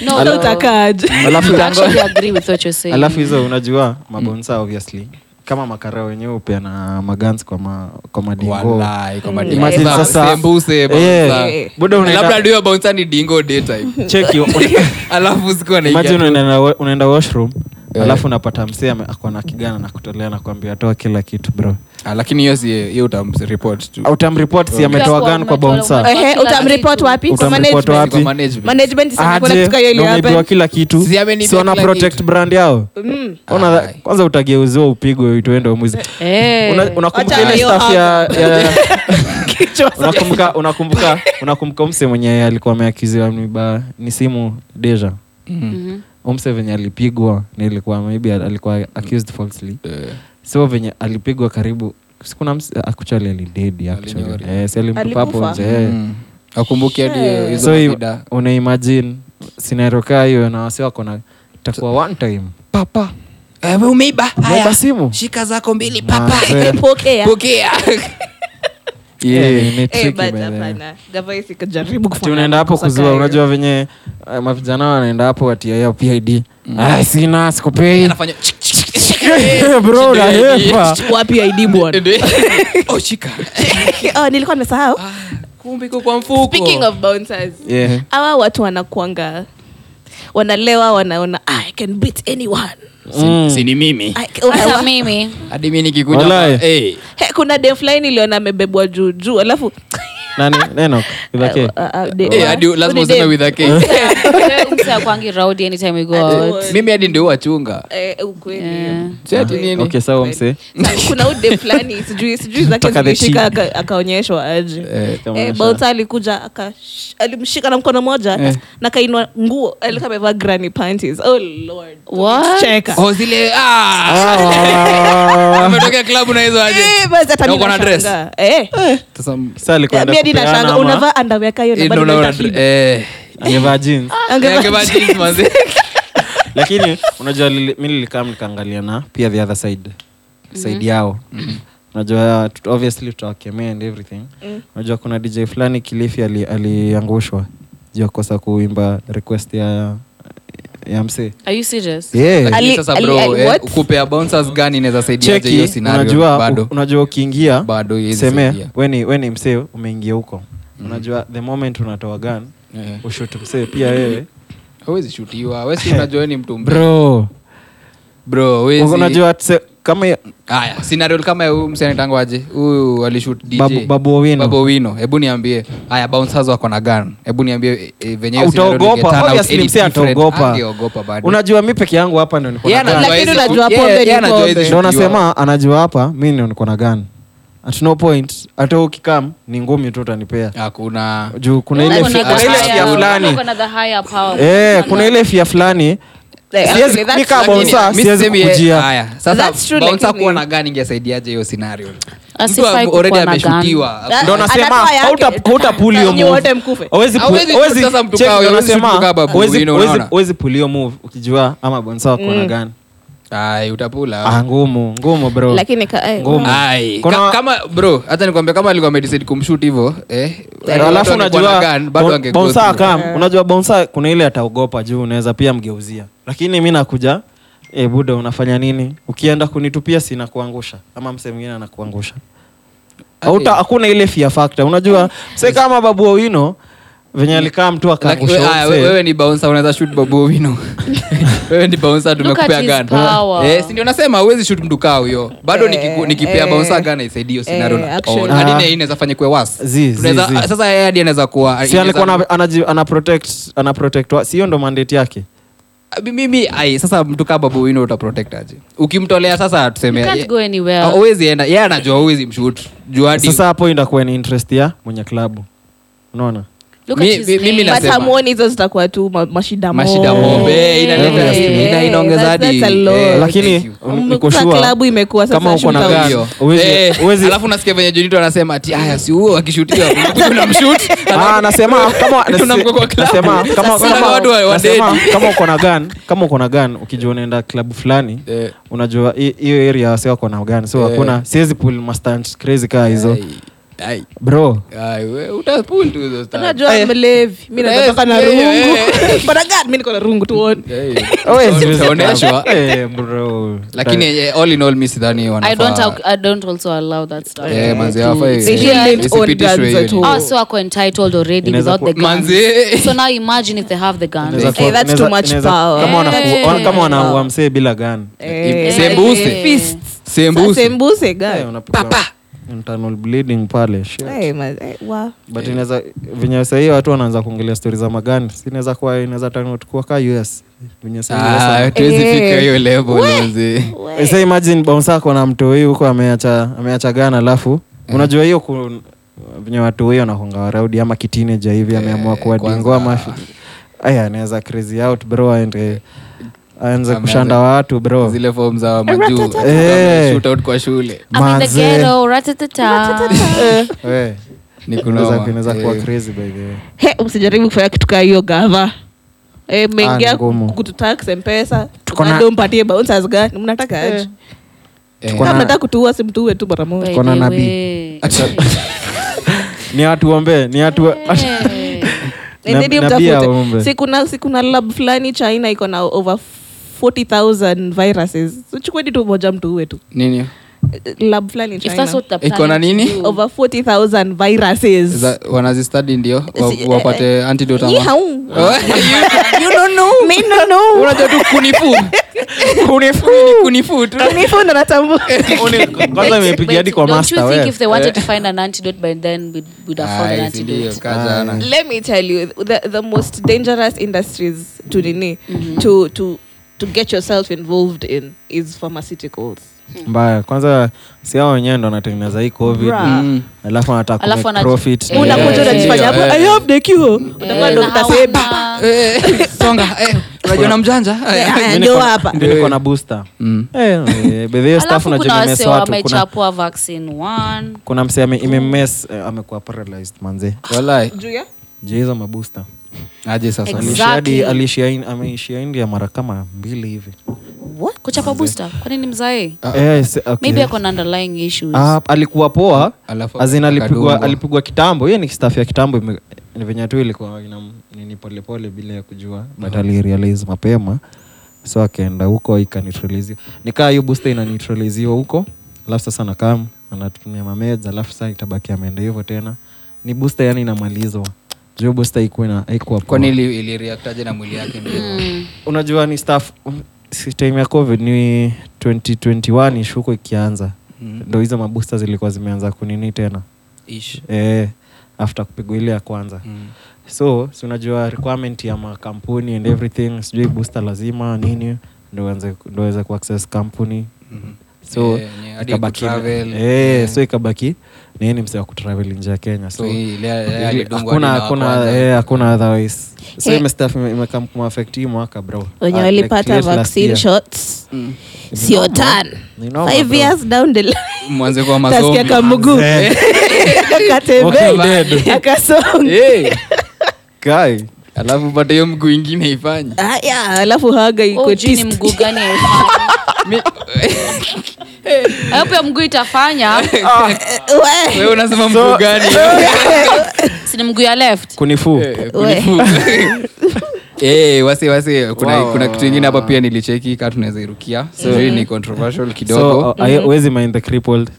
No,
Sasa
no.
utakaaje?
Alafu-
I actually agree with what you're saying.
alafu hizo
Mm.
unajua mabonsa obviously kama makara wenyewe hupeana magans kwa, ma, kwa madingo
Walai, kwa madingo.
Imagine
Eh,
Sasa,
sasa-
sembuse, bouncer.
Yeah. Buda unaenda-
labda ndio bouncer ni dingo daytime
cheki
*laughs* alafu siku anaingia
imagine unaenda, wa- unaenda washroom
Eh.
alafu unapata msee ame- ako na kigana na kutolea na kuambia toa kila kitu bro
Ah, lakini hiyo si hiyo utamreport tu
utamripot si ametoa
Ukiwa
gan kwa
kwa-
bonsa
umetoa-
Ehe, utamreport wapi? Kwa
Utamreport
management.
wapi?
Kwa management.
Management iseme kuna
aje
kitu kama hiyo
na
ilihappen.
umeibiwa kila kitu
Si ameniibia
si wana
kila
protect
kitu.
brand yao
Mm. *laughs*
Ona-
Ai.
kwanza utageuziwa upigwe ituende mwizi
Eh.
Una- unakumbuka
Wacha
ile
hiyo
staff ya- ya-
Kichwa.
*laughs* unakumbuka unakumbuka unakumbuka mse mwenye alikuwa ameakiziwa miba ni simu deja
Mm-hmm.
Mm.
Mhm.
umse venye alipigwa ni ilikuwa maybe alikuwa accused falsely
Mm-hmm.
Eh,
so venye alipigwa karibu sikuna akuchali alidedi Eh,
Alinyori.
si alimtupa hapo
Alikufa.
nje eh.
mm. akumbuki hadi hiyo- hizo
so i-
mashida.
unaimagine scenario kaa hiyo na wasi wako na takuwa one time papa
Eh, we umeiba
meba
haya
simu
shika zako mbili *laughs*
Manze.
Pokea.
*laughs*
pokea
Yeah, ni
Eh,
tricky
but
by the way.
hapana. Gava hii
Ati
sikujaribu kufanya
unaenda hapo
makosa
kuzua
kayo.
unajua venye eh, mavijana wanaenda hapo watiaia pid
Mm.
Ah, sina sikupei
anafanya chik, chik, chik.
bro unahepa
wapi ID
*laughs*
bwana?
Ende. Oh, shika.
*laughs* Oh, nilikuwa nimesahau.
kumbe iko kwa mfuko
Speaking of bouncers,
Yeah.
hawa watu wanakuanga wanalewa wanaona "Ah, I can beat anyone.
Mm.
Si- si ni mimi
I, oh, I
hata
wa-
mimi
hadi mi nikikuja
Walai.
Eh,
He, kuna dem fulani niliona amebebwa juu juu alafu
nani neno
Uh, *laughs*
idhake
uh, uh, de-
eh, hadi
wa-
lazima
ni
useme
dem.
with a K.
*laughs*
msakwangi raudi anytime we go out
mimi hadi ndio wachunga
Eh, ukweli.
siati nini
Ah, okay sawa mse
Sa- kuna udem fulani sijui sijui zake
Mpaka the
zilishika aka- akaonyeshwa aje
Eh,
kaonyesha.
Eh, Balta alikuja akash- alimshika na mkono moja
Eh.
na kainua nguo alikuwa amevaa granny panties oh lord
What?
Cheka.
Oh, zile ah, ametokea klabu na hizo aje
Ah, Eh, basi hata
Na
mimi
uko na dress?
nashangaa. Eh.
Sasa,
Sasa alikuwa
Mi hadi
anaenda
nashangaa,
kupeana ama
unavaa underwear kayo na
eh,
bado
no, no,
unaenda
na-
shida.
eh,
angevaa
*laughs*
jeans
Angevaa
angevaa
jeans. *laughs*
jeans, manze.
lakini unajua lili- mi nilikaa nikaangalia na pia the other side
Mm-hmm.
side yao unajua tut- obviously tutawakemea and everything
Mm.
unajua kuna dj fulani kilifi ali- aliangushwa juu ya kosa kuimba request ya ya msee
are you serious
yeah.
Lakini
*laughs* Ali-
sasa
ali-
bro,
ali-
eh,
what?
kupea bouncers gani inaweza saidia aje hiyo
cheki
scenario?
unajua
Bado.
u- unajua ukiingia
Bado haiwezi saidia.
seme weni weni msee umeingia huko unajua the moment unatoa gun
Mm. Eh.
ushut msee pia wewe
Hawezi shutiwa *laughs* wesi unajua wewe ni mtu mbaya.
bro
Bro, hawezi-
unajua tse- kama ya-
Aya, scenario kama ya huyu msenitangu aje huyu alishoot DJ.
Babu- Babu Owino.
Babu Owino. hebu niambie haya bouncers wako na gun hebu niambie eh, eh, venye hiyo scenario ingeturn
utaogopa
out
obviously
any
msee
different.
ataogopa
Angeogopa bado.
unajua mi peke yangu hapa ndio niko na
Yeye
gun.
anajua
Lakini
hizi-
unajua
yeye-
pombe ni
yeye anajua
pombe.
hizi
ndio
shutiwa.
nasema anajua hapa mi ndio niko na gun at no point hata ukikam ni ngumi tu utanipea
hakuna
juu kuna ile
Uko
fi-
na
kuna
the
ile
higher-
fia fulani
uko na the higher power.
Eh, kuna ile fia fulani
Eh,
Siwezi-
actually, that's-
mi kama
lakini- eh,
bouncer,
Mi
siwezi
sisemi ye-
kukujia.
haya. Sasa
That's true,
bouncer
lakini-
kuwa na gani ingesaidiaje hiyo scenario? Mtu
Asifai Ah, kukuwa
already
na gun.
ameshutiwa.
That-
ndo nasema
Ah, anatoa yake.
hauta- hautapuli hiyo
Na nyinyi
move.
wote mkufe.
Hawezi pu-
Hawezi
hawezi-
sasa mtu
check,
kawa,
ndo
hawezi
nasema,
mtu kawa babu,
hawezi-
you know,
hawezi-
unaona?
hawezi pull hiyo move ukijua ama bonsa wako
Mm.
na gun.
Ai, utapula.
Ah, ngumu ngumu bro
Lakini ka- eh,
Ngumu.
Ai,
Kuna-
ka- kama bro hata nikwambia kama alikuwa amedecide kumshoot hivyo eh wale watu
alafu
walikuwa na
unajua
gun, bado
bon-
ange-
bonsa kam unajua bonsa kuna ile ataogopa juu unaweza pia mgeuzia lakini mi nakuja e, buda unafanya nini ukienda kunitupia sina kuangusha ama mse mwingine anakuangusha Hauta- hakuna ile fear factor unajua se kama babu owino venye alikaa mtu
Laki-
akaangusha
ah,
huyo mse.
we- wewe ni bouncer unaweza shoot babu
*laughs*
Owino. wewe ni bouncer
Look
tumekupea
at his
gun
power. Eh,
eh si ndio nasema huwezi shoot mtu kaa huyo bado nikiku- nikipea bouncer gun haisaidii hiyo scenario
eh,
na-
actually.
oh, hadi
Ah.
na yeye inaweza fanya kuwe worse.
Zi, zi,
Tunaweza-
zi.
ah, sasa yeye hadi anaweza kuwa
si
inaweza-
alikuwa ana- anaji- ana protect ana protect wa- si hiyo ndo mandate yake
Abi- mimi ai sasa mtu kaa babu wino utaprotect aje ukimtolea sasa
You can't go
tuseme
anywhere.
Ah, huwezi enda yeye anajua huwezi mshut juadi
sasa hapo inakuwa ni interest ya mwenye klabu unaona
Look
Mi-
at his
mi- mimi
name.
but
nasema-
hamuoni hizo zitakuwa tu ma- mashida
mashida mobe inaleta-
Eh,
ina- inaongeza
that's-
hadi-
that's a lot.
eh, thank
lakini
you.
um, niko
Umekuwa
sure
klabu imekuwa sasa
kama uko na
shoot out.
gun,
Hiyo.
huwezi-
Eh,
huwezi-
alafu nasikia venye junito anasema ti aya si huo akishutiwa unakuja unamshoot,
*laughs*
*laughs*
Ah, nasema kama
Tunamko kwa klabu.
nasema kama-
Sasa
kama-
watu wa- wa
nasema kama uko na gun kama uko na gun ukijua unaenda klabu fulani
Eh.
unajua hi- hiyo area wasi wako na gun so
Eh.
hakuna siwezi pull mastunt crazy kaa hizo
Ai, ai,
bro
ai, we, utapull tu hizo stuff. Eh,
unajua mlevi mi
Yes,
natoka na
yeah,
rungu *laughs*
yeah,
Bwana God, mi niko na rungu tuone
Eh,
Huwezi-
utaoneshwa
Eh, bro
lakini eh, all in all mi sidhani
I don't
wanafaa
ac- I don't also allow that stuff.
Eh, manzi,
To-
hawafai.
They
Eh,
shouldn't
own
isipitishwe
guns
hiyo
at
ni-
all.
Oh, so ako entitled already
Inaweza
without the
kuwa-
gun.
Manzi.
So now imagine if they have the gun.
Inaweza
Eh,
kuwa-
that's
inaweza-
too much
inaweza-
power.
kama wanaku- wana- kama
Eh.
wanaua msee bila gun
Eh,
Sembuse.
Eh.
Fist.
sasa
Sembuse.
sembuse guy.
Eh, unapiga internal bleeding pale shit.
Eh, ma- eh, wa-
but inaweza venye sahii watu wanaanza kuongelea stori za magani si inaweza kuwa inaweza takuwa ka us venye
Ah,
sahii
hatuwezi
Eh.
fika hiyo level, manzi.
sa imagine bonsako na mtu huyu huko ameacha ameacha gana alafu
Mm.
unajua hiyo ku- venye watu huyo nakonga waraudi ama kitineja hivi ameamua kuwadingoa
Eh, kwanza-
mafi aya anaweza crazy out bro aende aanze
Ameanza-
kushanda watu bro
zile fom za majuu
Eh.
Shoot out kwa shule
I'm in the
Manze.
ghetto, ratatata.
We,
Ni
inaweza
kunoma.
inaweza kuwa
Eh.
crazy by the way
He, msijaribu kufanya kitu kaa hiyo gava Eh,
Ah,
mmeingia
ni ngumu.
kututax mpesa
Tuko na-
bado mpatie bouncers gani mnataka aje
Eh.
Tuko
kama
na-
mnataka kutuua simtuue tu mara moja
By
Kona
the
nabii.
way.
ni watu wombe ni watu wa-
Eh.
*laughs*
And then
Nab-
hiyo
nabii
mtafute.
aombe.
Si kuna- si kuna lab fulani china iko na over 40000 viruses So chukueni tu moja mtu uwe tu
nini
lab fulani
If that's
china
what they're
Iko na
planning to
nini?
do.
over 40000 viruses
Za- wanazistadi ndio wa-
Si-
wapate antidote ama-
Ye, hau.
Oh,
You don't know. Me don't know.
unajua tu kunifu kunifu kunifu tu Ah,
Kunifu
*laughs*
ndo natambua.
kwanza
But-
imepiga
but
hadi kwa
don't
master Eh.
you think if
we
they wanted to find an antidote by then we'd, we'd have found an
Ai, si ndio,
antidote Eh,
kaa jana.
let me tell you the, the most dangerous industries to
Mm-hmm.
nini to to to get yourself involved in is pharmaceuticals
mbaya kwanza si hao wenyewe ndo wanatengeneza hii covid
Bruh.
Mm.
alafu anataka
Alafu
ku make
ana-
profit
Eh.
Unakuja
Yeah.
unajifanya hapo,
Yeah.
"I have the cure." Utakuwa
Eh,
ndo
na
utasema,
hawana-
Eh, eh, songa eh, unajua na mjanja Eh,
"Ah,
eh.
ndio hapa
Ndio niko na booster
Mm.
Eh, eh, by the way, staff
alafu kuna
unajua
wase
nimemes watu kuna
wamechapwa vaccine one
kuna msee ame- imemes eh, amekuwa paralyzed manze
Walai.
juu ya
je hizo mabusta
aje sasa
Exactly.
Aliishi hadi- aliishi in- ameishia india mara kama mbili hivi
kuchapa booster kwanini mzae
Eh, se- okay.
maybe ako na underlying issues
Ah, alikuwa poa
Alafu
azin alipigwa
akadungwa.
alipigwa kitambo hiyo ni staff ya kitambo ime- ni venye tu ilikuwa ina nini polepole bila ya kujua but alirealize mapema so akaenda huko ikaneutraliziwa nikaa hiyo busta inaneutraliziwa huko alafu sasa nakam anatumia mameds alafu sasa itabaki ameenda hivyo tena ni busta yani inamalizwa juu busta ikuwa
kwani ili- iliriaktaje na mwili yake ndio
unajua ni staff si time ya covid ni 2021 ish huko ikianza
Mm.
ndo hizo mabusta zilikuwa zimeanza kunini tena
ish
eh, after kupigwa ile ya kwanza
Mm.
so si unajua requirement ya makampuni and everything sijui busta lazima nini ndo uanze- ndo uweze kuaccess kampuni
Mhm.
so
Eh, ni hadi
ikabaki
kutravel.
eh, so ikabaki nini msee wa kutravel nje ya kenya so
So hii, ile- ile
ili-
alidungwa hadi na
hakuna
wa
hakuna
kwanza.
eh, hakuna otherwise so
Hey.
ime staff ime- imekam kumafekti hii mwaka bro
Eh. wenye
Ah,
walipata
like late last
vaccine
year.
shots
Mm.
sio tan
Ni noma,
five
bro.
years down the line
mwanze kwa
utasikia ka
masomo
mguu *laughs*
Walking
akatembei
dead.
akasonga
Eh,
*laughs*
Guy.
alafu pate hiyo mguu ingine
*laughs*
ifanye
Ah, yeah, alafu haga iko
Oh, juu ni
tist.
mguu
*laughs*
gani apo mguu
*laughs*
itafanya
We.
wewe unasema mguu gani
sini mguu ya left
kunifu
Eh, wasi wasi kuna,
Wow.
kuna kitu ingine hapa pia nilicheki kaa tunaweza irukia sijui ni controversial
so
kidogo
uh, I-
Mm-hmm.
wezi mind the crippled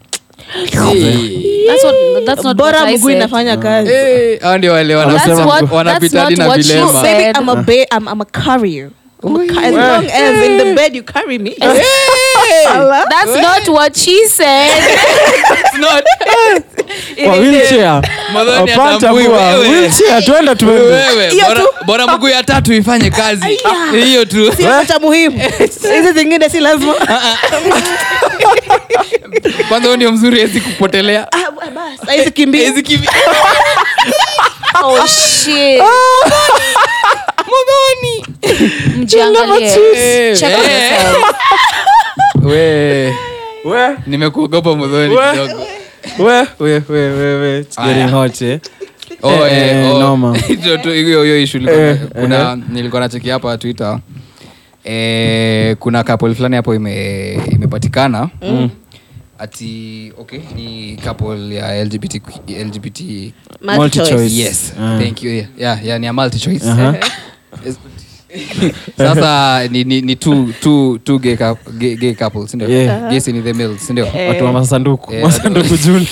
Eh,
That's what- that's not
bora
what I
mguu
said.
inafanya kazi
eh, hao ndio wale wana-
That's Wanasema what-
wanapita
that's
hadi
not
na
what you
No,
vilema
said.
baby, I'm a ba- I'm, I'm a carrier. I'm a ca- as long as in the bed you carry me.
Eh,
Allah.
That's not what she said.
It's not-
Kwa wheelchair.
Madhani
Apana,
Eh. atambui
bua.
wewe.
Wheelchair, twende tuende
Wewe,
Hiyo
bora-
tu.
bora mguu ya tatu ifanye kazi hiyo tu
Sio kitu cha
*laughs*
muhimu. Hizi zingine si *laughs* lazima.
kwanza huo ndio mzuri hezi kupotelea
Ah, bas, haizi kimbia.
Hawezi kivi-
*laughs* Oh shit. Mjiangalie.
Eh,
Check on
eh.
yourself.
We. nimekuogopa mudhoni kidogo
We, we, we, we, we. It's
Aya.
getting hot, eh.
Oh,
Eh,
eh,
eh,
oh.
noma.
*laughs* Hiyo tu- hiyo hiyo issue ilikuwa-
Eh,
kuna nilikuwa nacheki hapa twitter eh, kuna couple fulani hapo ime, imepatikana ati okay ni couple ya lgbt lgbt
Multi
Multi-choice.
choice.
yes
Ah. Uh-huh.
thank you yeah, yeah, yeah ni a multi choice
Aha.
Yes. *laughs* sasa ni, ni, ni two, two, two gay, cou- gay, gay couples sindio
Yeah.
yes ni the male sindio
watu wa masanduku
Eh,
masanduku juni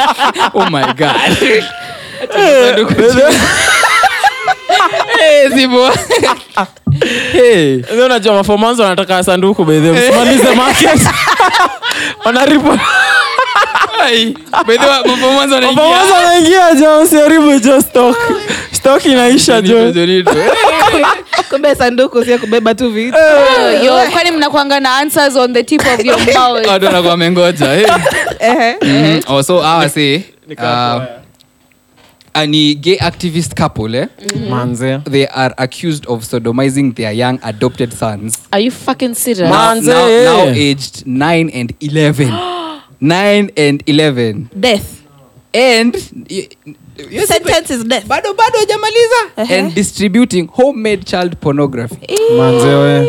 *laughs* oh my god Sanduku chini. Eh, zibo.
mi unajua mafomanzo wanataka sanduku bedhe
Eh.
msimalize
*laughs*
market wanaripo
Ai, by the way, performance wanaingia.
mafomanzo wanaingia jo usiharibu jo stok stok inaisha
Jonito,
jo
jonito.
*laughs* Kumbe sanduku sio kubeba tu vitu.
Eh.
Yo, yo, kwani mnakwanga na answers on the tip
*laughs*
of your mouth.
Watu wanakuwa wamengoja, eh.
Ehe.
Mhm. Oh, so hawa si, uh, ah, ni gay activist couple eh?
manze
they are accused of sodomizing their young adopted sons
Are you fucking serious?
now,
Ma- Manze,
now,
eh.
now aged 9 and 11 9 and 11
Death.
and y- yes,
Sentence is death.
bado bado hajamaliza and distributing homemade child pornography
manze we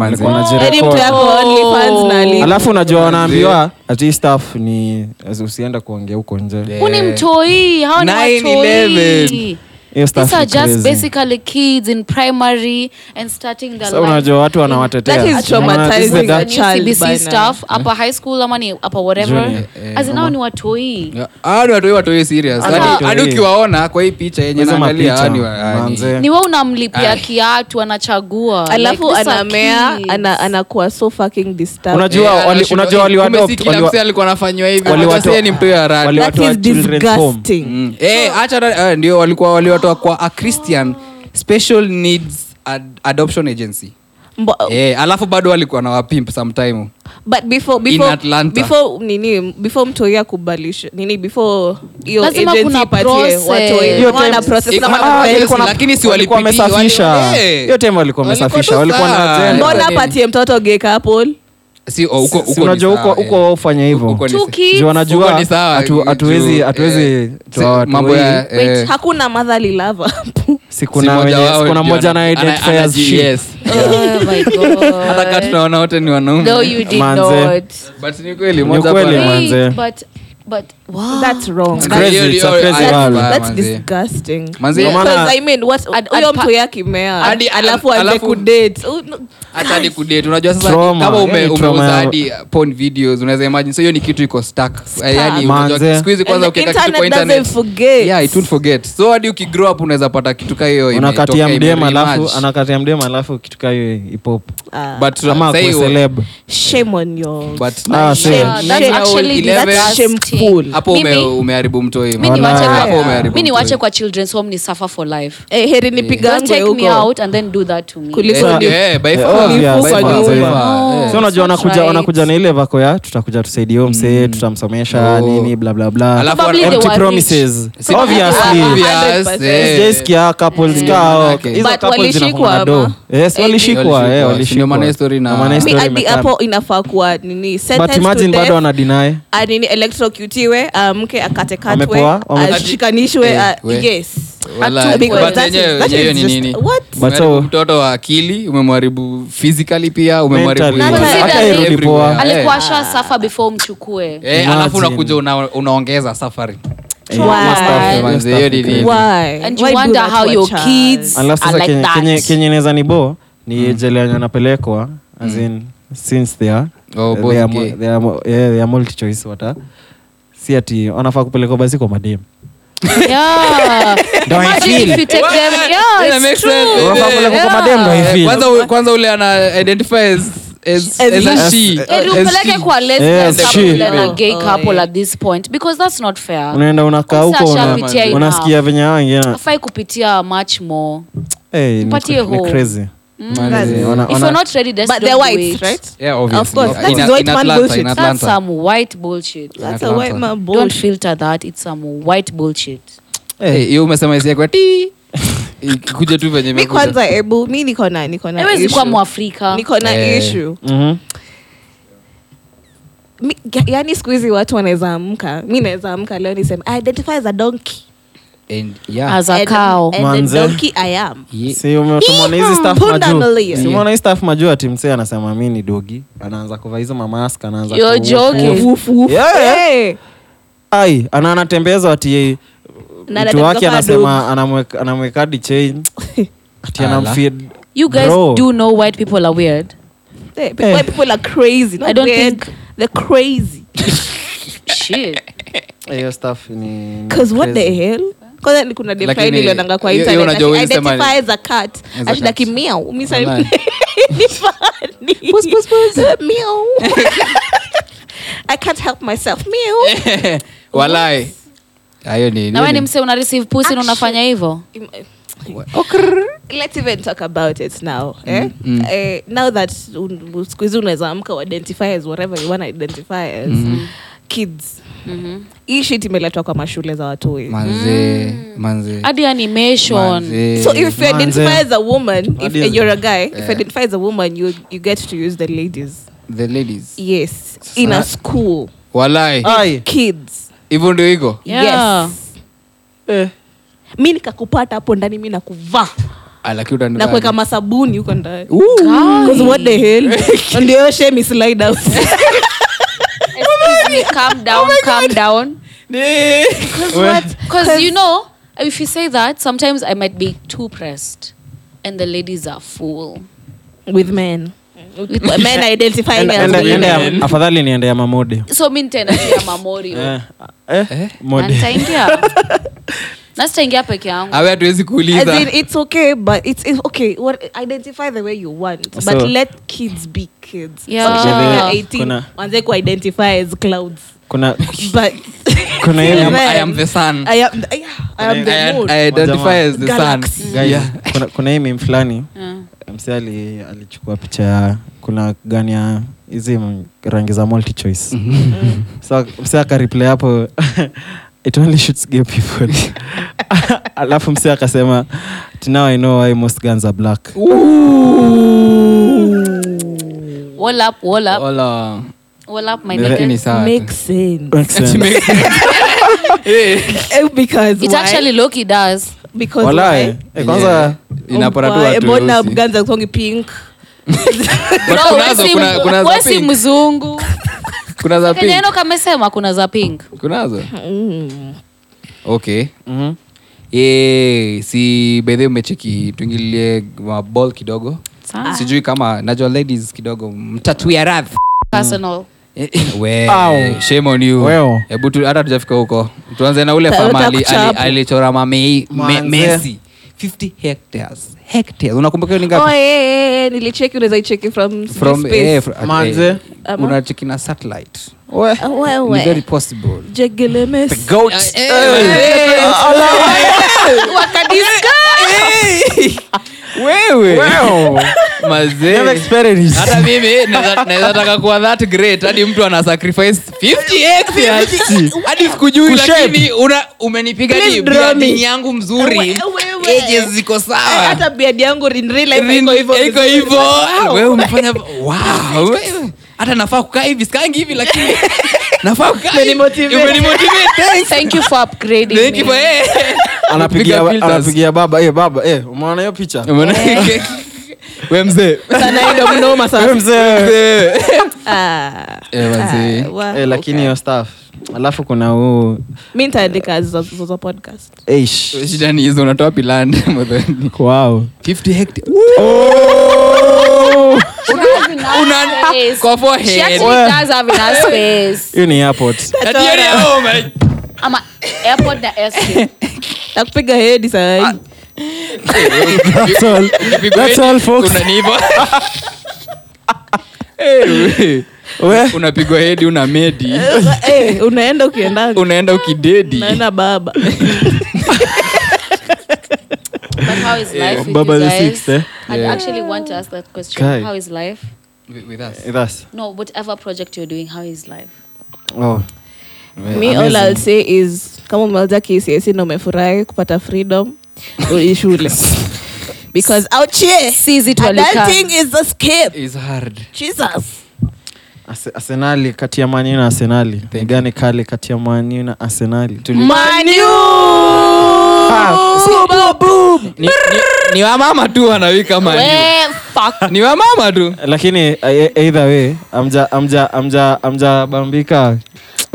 Alikuwa anajirecord.
Yaani mtu yako
Oh.
OnlyFans na ali-
alafu unajua wanaambiwa ati staff ni usienda kuongea huko nje
Huu ni mtoi hao ni
9, 11.
watoi
Hiyo stuff
these are
ni
just
crazy.
basically kids in primary and starting their
Sasa
life.
unajua watu
That
wanawatetea
is
Unaona, this is the
traumatizing
guy-
a
New
child by
CBC
now.
stuff upper high school ama ni upper whatever
Junior. eh,
as in hao ni watoi
ani watoi watoi serious
Hata
Hadi-
watoi.
hadi ukiwaona kwa hii picha yenye
Hizo
naangalia
mapicha,
hao ni wa- yaani. Eh, yani-
manze.
ni we unamlipia kiatu anachagua
alafu
Like, these are
anamea
kids.
ana, anakuwa so fucking disturbed
Unajua
Eh,
wali-
anashindwa-
unajua
eh,
waliwa
kumbe si
adopt,
kila
waliwa-
msee alikuwa anafanywa hivi
waliwatoa-
Hata sasa ni mtu ya radi.
waliwa-
that
watu wa
is
children's home.
disgusting
Mm. Eh, acha ra- ah, ndio walikuwa waliwatoa kwa a christian special needs ad- adoption agency
Mbo-
eh, alafu bado walikuwa na wapimp sometime
but before
In
before
Atlanta.
before nini before mtoi akubalisha nini before hiyo
Lazima
agency
kuna
ipatie
process.
watoi
Hiyo
wana
time-
process na
Iko-
wana
Ah,
parents.
ilikuwa na- lakini si
walikuwa
walipitia,
wamesafisha.
wali- eh.
Hiyo time
Walikuwa
walikuwa wamesafisha,
tu
walikuwa na
sawa.
agenda.
Mbona-
mbona apatie mtoto gekapol
si oh, huko-
Si
huko ni
unajua
sawa,
huko
eh.
huko wao hufanya
Huko
hivyo
ni
Two
sa-
kids.
Juu wanajua
Huko ni sawa, eh.
hatu- hatuwezi
juu,
hatuwezi
eh,
toa
se-
watu
mambo ya,
wengi.
eh,
wait hakuna madhali lava
si
si
kuna
moja
wenye- si
wao
kuna
ndio
mmoja
ana-
anaidentifies
ana- ana-
shit.
yes.
Oh my
hata kaa
God.
tunaona wote ni wanaume
No, you did
Manze.
not.
but ni kweli
Ni
moja
kweli,
kwa-
man.
Wait,
manze.
but- but- wow.
that's wrong
It's crazy,
Hiyo-
it's a
hiyo-
crazy
hiyo-
world.
Baya,
that's
manze.
disgusting
Manze,
Ndio maana-
Because, I mean, what-
Ad-
huyo
ad-
mtu yakimea
Hadi-
alafu
al-
aje
alafu-
kudate. Oh, no.
hata ni kudate unajua sasa
Trauma,
kama ume,
yani trauma
umeuza
ya-
hadi porn videos unaweza imagine so hiyo ni kitu iko stuck Eh, yani
Manze.
unajua siku hizi
And
kwanza
the
ukiweka kitu kwa
internet doesn't
internet
forget.
yeah it won't forget so hadi ukigrow up unaweza pata kitu kaa hiyo
unakatia
imetokea,
mdem
imeremerge.
alafu anakatia mdem alafu kitu kaa hiyo ipop
Ah,
but uh,
ama
sasa
kwa
hiyo-
celeb
shame on you
but
Ah, see.
Yeah, that's
Shame.
actually
That's
disgusting.
shameful.
hapo ume-
Mimi-
umeharibu mtoi
mi niwache
Walai.
kwa-
Hapo umeharibu
mi niwache
mtoi.
kwa children's home ni suffer for life
Eh, heri nipigange
Don't take me
huko.
out and then do that to me
Kuliko
Eh,
ni-
eh, by
Eh,
far,
obvious,
by far,
kwa
by
nyumba.
far, eh.
so unajua
that's
wanakuja
right.
wanakuja na ile vako ya tutakuja tusaidio msee tutamsomesha
No.
nini bla bla bla
Mm. Oh. Alafu
Probably
wana-
they
empty
were
promises
Si-
obviously
Obvious,
100%.
eh.
sijaisikia couples kao
But
hizo couples
walishikwa
zinakuwa
ama?
do yes walishikwa
Walishikwa.
eh
Ndio maana hiyo
walishikwa
story na-
Ndio maana hiyo
Mi
story
hadi
imekaa.
hapo inafaa kuwa nini
but
sentenced to
imagine
death,
bado Eh, anadinai
ah, nini electrocutiwe ah, mke akatekatwe ah,
Wamepoa? Wame-
ashikanishwe
Eh,
ah,
we.
yes
Walai.
Because
But
that is-
yenyewe-
that is
yenyewe ni
just-
nini?
what?
But so-
Umeharibu mtoto wa akili umemharibu physically pia umemharibu
Mentally.
everywhere.
Hata irudi
Everywhere.
poa.
Eh.
alikuwa sha safa before umchukue
Eh, alafu
Imagine.
unakuja una- unaongeza safari
Eh, hiyo stuff,
Eh,
hiyo
manze,
stuff
hiyo
ni
ni-
crazy.
Why?
And you
Why do
wonder
that
how
to a
your
child?
kids-
alafu
I
sasa
like
kenye-
that.
kenye- kenye inaweza ni bo
Mm.
ni jele wenye anapelekwa
Mm.
as in since they are
Oh, both
they are
gay.
mo- they are mo- yeah, they are multi-choice wata si ati wanafaa kupelekwa basi kwa madem
Yeah.
Don't I
*laughs* Imagine
feel?
if you take them- Yeah,
Yeah,
it's
makes
true.
sense.
Wanafaa kupelekwa kwa madem, don't I
Eh,
feel?
kwanza u- kwanza ule ana identify as- as- as a
he.
she.
Eh,
As
upeleke
she.
kwa lesbian
Yes, she.
couple and a
Oh,
gay
oh,
couple
yeah.
at this point because that's not fair
unaenda unakaa huko
Sasa
una-
ashapitia enough.
unasikia venye hao wengine
afai kupitia much more
Eh, ni
Tupatie
cra-
hope.
ni crazy.
Manze.
Eh, wana-
if you're
wana-
not ready just
but
don't
they're
do
whites
it.
right
Yeah, obviously.
Of course, that
In-
is
in
white man
Atlanta,
bullshit.
in
that's
Atlanta.
some white bullshit
that's a
Atlanta.
white man
don't
bullshit
filter that it's some white bullshit
Eh, hiyo umesema isiekwa *laughs* ti kuja tu venye
mi
imekuja.
kwanza ebu mi niko na niko na
hawezi kuwa
issue.
mwafrika
niko na
Eh.
issue
Mhm.
Mi- ga- yaani siku hizi watu wanaweza amka mi naweza amka leo niseme "I identify as a donkey
And, yeah.
as a
And-
cow
and
Manze.
the donkey i am
Ye-
Si ume- tumeona hizi staff
Punda
majuu.
milia.
Si umeona hii staff majuu ati msee anasema mi ni dogi anaanza kuvaa hizo mamask anaanza
You're
ku-
joking.
Woof, woof.
Yeah.
*laughs* Eh.
ai ana anatembezwa ati yeye-
Na
mtu wake
anatembezwa
anasema anamwek- anamwekadi chain ati
Ala.
anamfeed
you guys
Bro.
do know white people are weird
Eh, people, why people are crazy not
I don't
weird.
think-
they're crazy
shit
hiyo stuff ni
because what the hell kwanza ni kuna
Lakini,
defaini ilionanga kwa
hiyo- hiyo
internet
unajua
ati
ulisema ni-
identify as a cat
As a
ati like
cat.
meow mi sa-
Walai.
*laughs* ni funny. Meow. *laughs* i can't help myself *laughs* meow
*laughs* walai ayo ni
na
nini?
we ni mse una receive pusi
Ah,
na unafanya hivyo
eh. *laughs* let's even talk about it now eh? Eh, now that un- un- siku hizi unaweza amka uidentify as whatever you want identify as kids hii shit imeletwa kwa mashule za watoi
manze manze
hadi animation
manze.
Mm. so if you
Manze.
identify as a woman if
is-
you're a guy if you
Eh.
identify as a woman you, you get to use the ladies
the ladies
yes in a school
walai
Ah.
ai
kids
hivyo ndio iko
Yeah.
yes mi nikakupata hapo ndani mi nakuvaa
Ah, lakini utani-
na kuweka masabuni huko ndani
Guy.
'Cause what the *laughs* hell ndio hiyo shame slide out Oh
Excuse me, calm down, calm down.
Because what?
*laughs* Because you know, if you say that sometimes i might be too pressed and the ladies are full
with men with *laughs* men identifying
Enda-
as
enda-
women.
enda ya- afadhali niende ya mamode
so mi nitaenda tu
*laughs*
ya mamori
Eh, eh,
Na
mode.
nitaingia na sitaingia peke yangu
awe hatuwezi
As
kuuliza
in, it's okay, but it's, it's okay. What identify the way you want, but
So-
let kids be kids.
Yeah.
Sometimes
Kuna-
you're 18,
kuna-
wanze ku identify as clouds,
kuna
*laughs* but
kuna
*laughs*
I
ile
am,
Amen.
I am the sun
I am, yeah, I am
I,
the mood.
I identify as the
Galaxy.
sun
guys,
yeah.
kuna- kuna hii meme fulani
Yeah.
msi ali, alichukua picha ya kuna gani ya hizi m- rangi za multi choice
Mhm.
so msi akariply hapo *laughs* it only shoots gay people *laughs* alafu msi akasema "But now i know why most guns are black
wall up wall up
Wala.
wall up my
Lakini
nigga.
ni sawa tu.
Makes sense
Makes sense.
*laughs*
*laughs* Eh, because
it
why?
actually loki does
because
Walai,
why?
eh, kwanza
Yeah. Inaporatua
Why?
tu
Oh, eh, Mbona
weusi.
guns are songi
*laughs*
pink?
But
No, we
kunazo-
si-
kuna- kuna za
we si
pink. *laughs*
mzungu
Kuna za pink.
kenyano kamesema kuna za pink
kunazo okay
Mhm.
Eh, si bedhe umecheki tuingilie mabol kidogo
Sawa.
sijui kama najua ladies kidogo mtatuya radhi
personal
We,
Au.
shame on you.
Weo.
Hebu tu- hata tujafika huko tuanze na ule
Ta-
fama ali-
utakuchapa.
ali- alichora mamei me,
Manze.
mesi 50 hectares hectares unakumbuka hiyo ni
Oh,
ngapi
eh, eh, eh, nilicheki unaweza icheki from,
from
space.
eh, fr-
Manze.
eh,
Ama?
unacheki na satellite we,
Ah, we,
ni
we.
very possible
Jegelemesi.
goat
eh,
wewe mazee
Never experienced.
hata mimi naweza- naweza taka kuwa that great hadi mtu ana sacrifice 50 hectares hadi sikujui
Kushape.
lakini una umenipiga Yaani
Please
ni
draw me.
biadini yangu
Ah,
mzuri
Wewe, wewe. Eh,
eje ziko sawa
hata biadi yangu in real life
Rin-
haiko hivyo
iko
vizuri.
hivyo Eh,
Wow.
wewe um- *laughs* umefanya wow wewe. hata nafaa kukaa hivi sikangi hivi lakini *laughs* nafaa kukaa hivi.
Umenimotivate.
Umenimotivate.
thank you for upgrading
Thank you
me.
for- eh.
anapigia
Piga filters. *laughs*
anapigia baba eh baba eh umeona hiyo picha
Umeona? we mzee
Sana hiyo mnoma sana.
Wewe mzee
Ah,
Eh, wazee.
ah, wa-
eh, lakini hiyo staff alafu kuna huu
mi nitaandika Zozo- Zozo podcast
eish
*laughs* shida ni hizo unatoa piland
wow
50 hectares Oh!
Yes.
kwa
She
forehead.
actually does have enough space.
hiyo ni airport
Ati hiyo ni- oh my
Ama airport na escape.
takupiga hedi sahii
that's all that's all folks
Kuna nivo.
*laughs*
Eh, we.
we
unapigwa hedi una medi
Eh, unaenda ukienda
Ah. unaenda ukidedi
naona baba
But how is life with
Baba
you
the
guys?
sixth, eh?
I'd
Yeah.
actually want to ask that question.
Kai.
How is life?
that's
No, whatever project you're doing, how is life?
oh
mi all I'll say is kama umeuza kcsi na umefurahi kupata freedom
*laughs*
rudi shule because out here
Seize it while you can.
adulting is the escape
It's hard.
jesus
Ase- arsenali kati ya manu na arsenali ni gani kali kati ya manu na arsenali Ah,
Ni- ni- ni wamama tu wanawika mani
Eh,
*laughs*
fuck.
ni wamama tu
lakini eh, either way amja amja amja amjabambika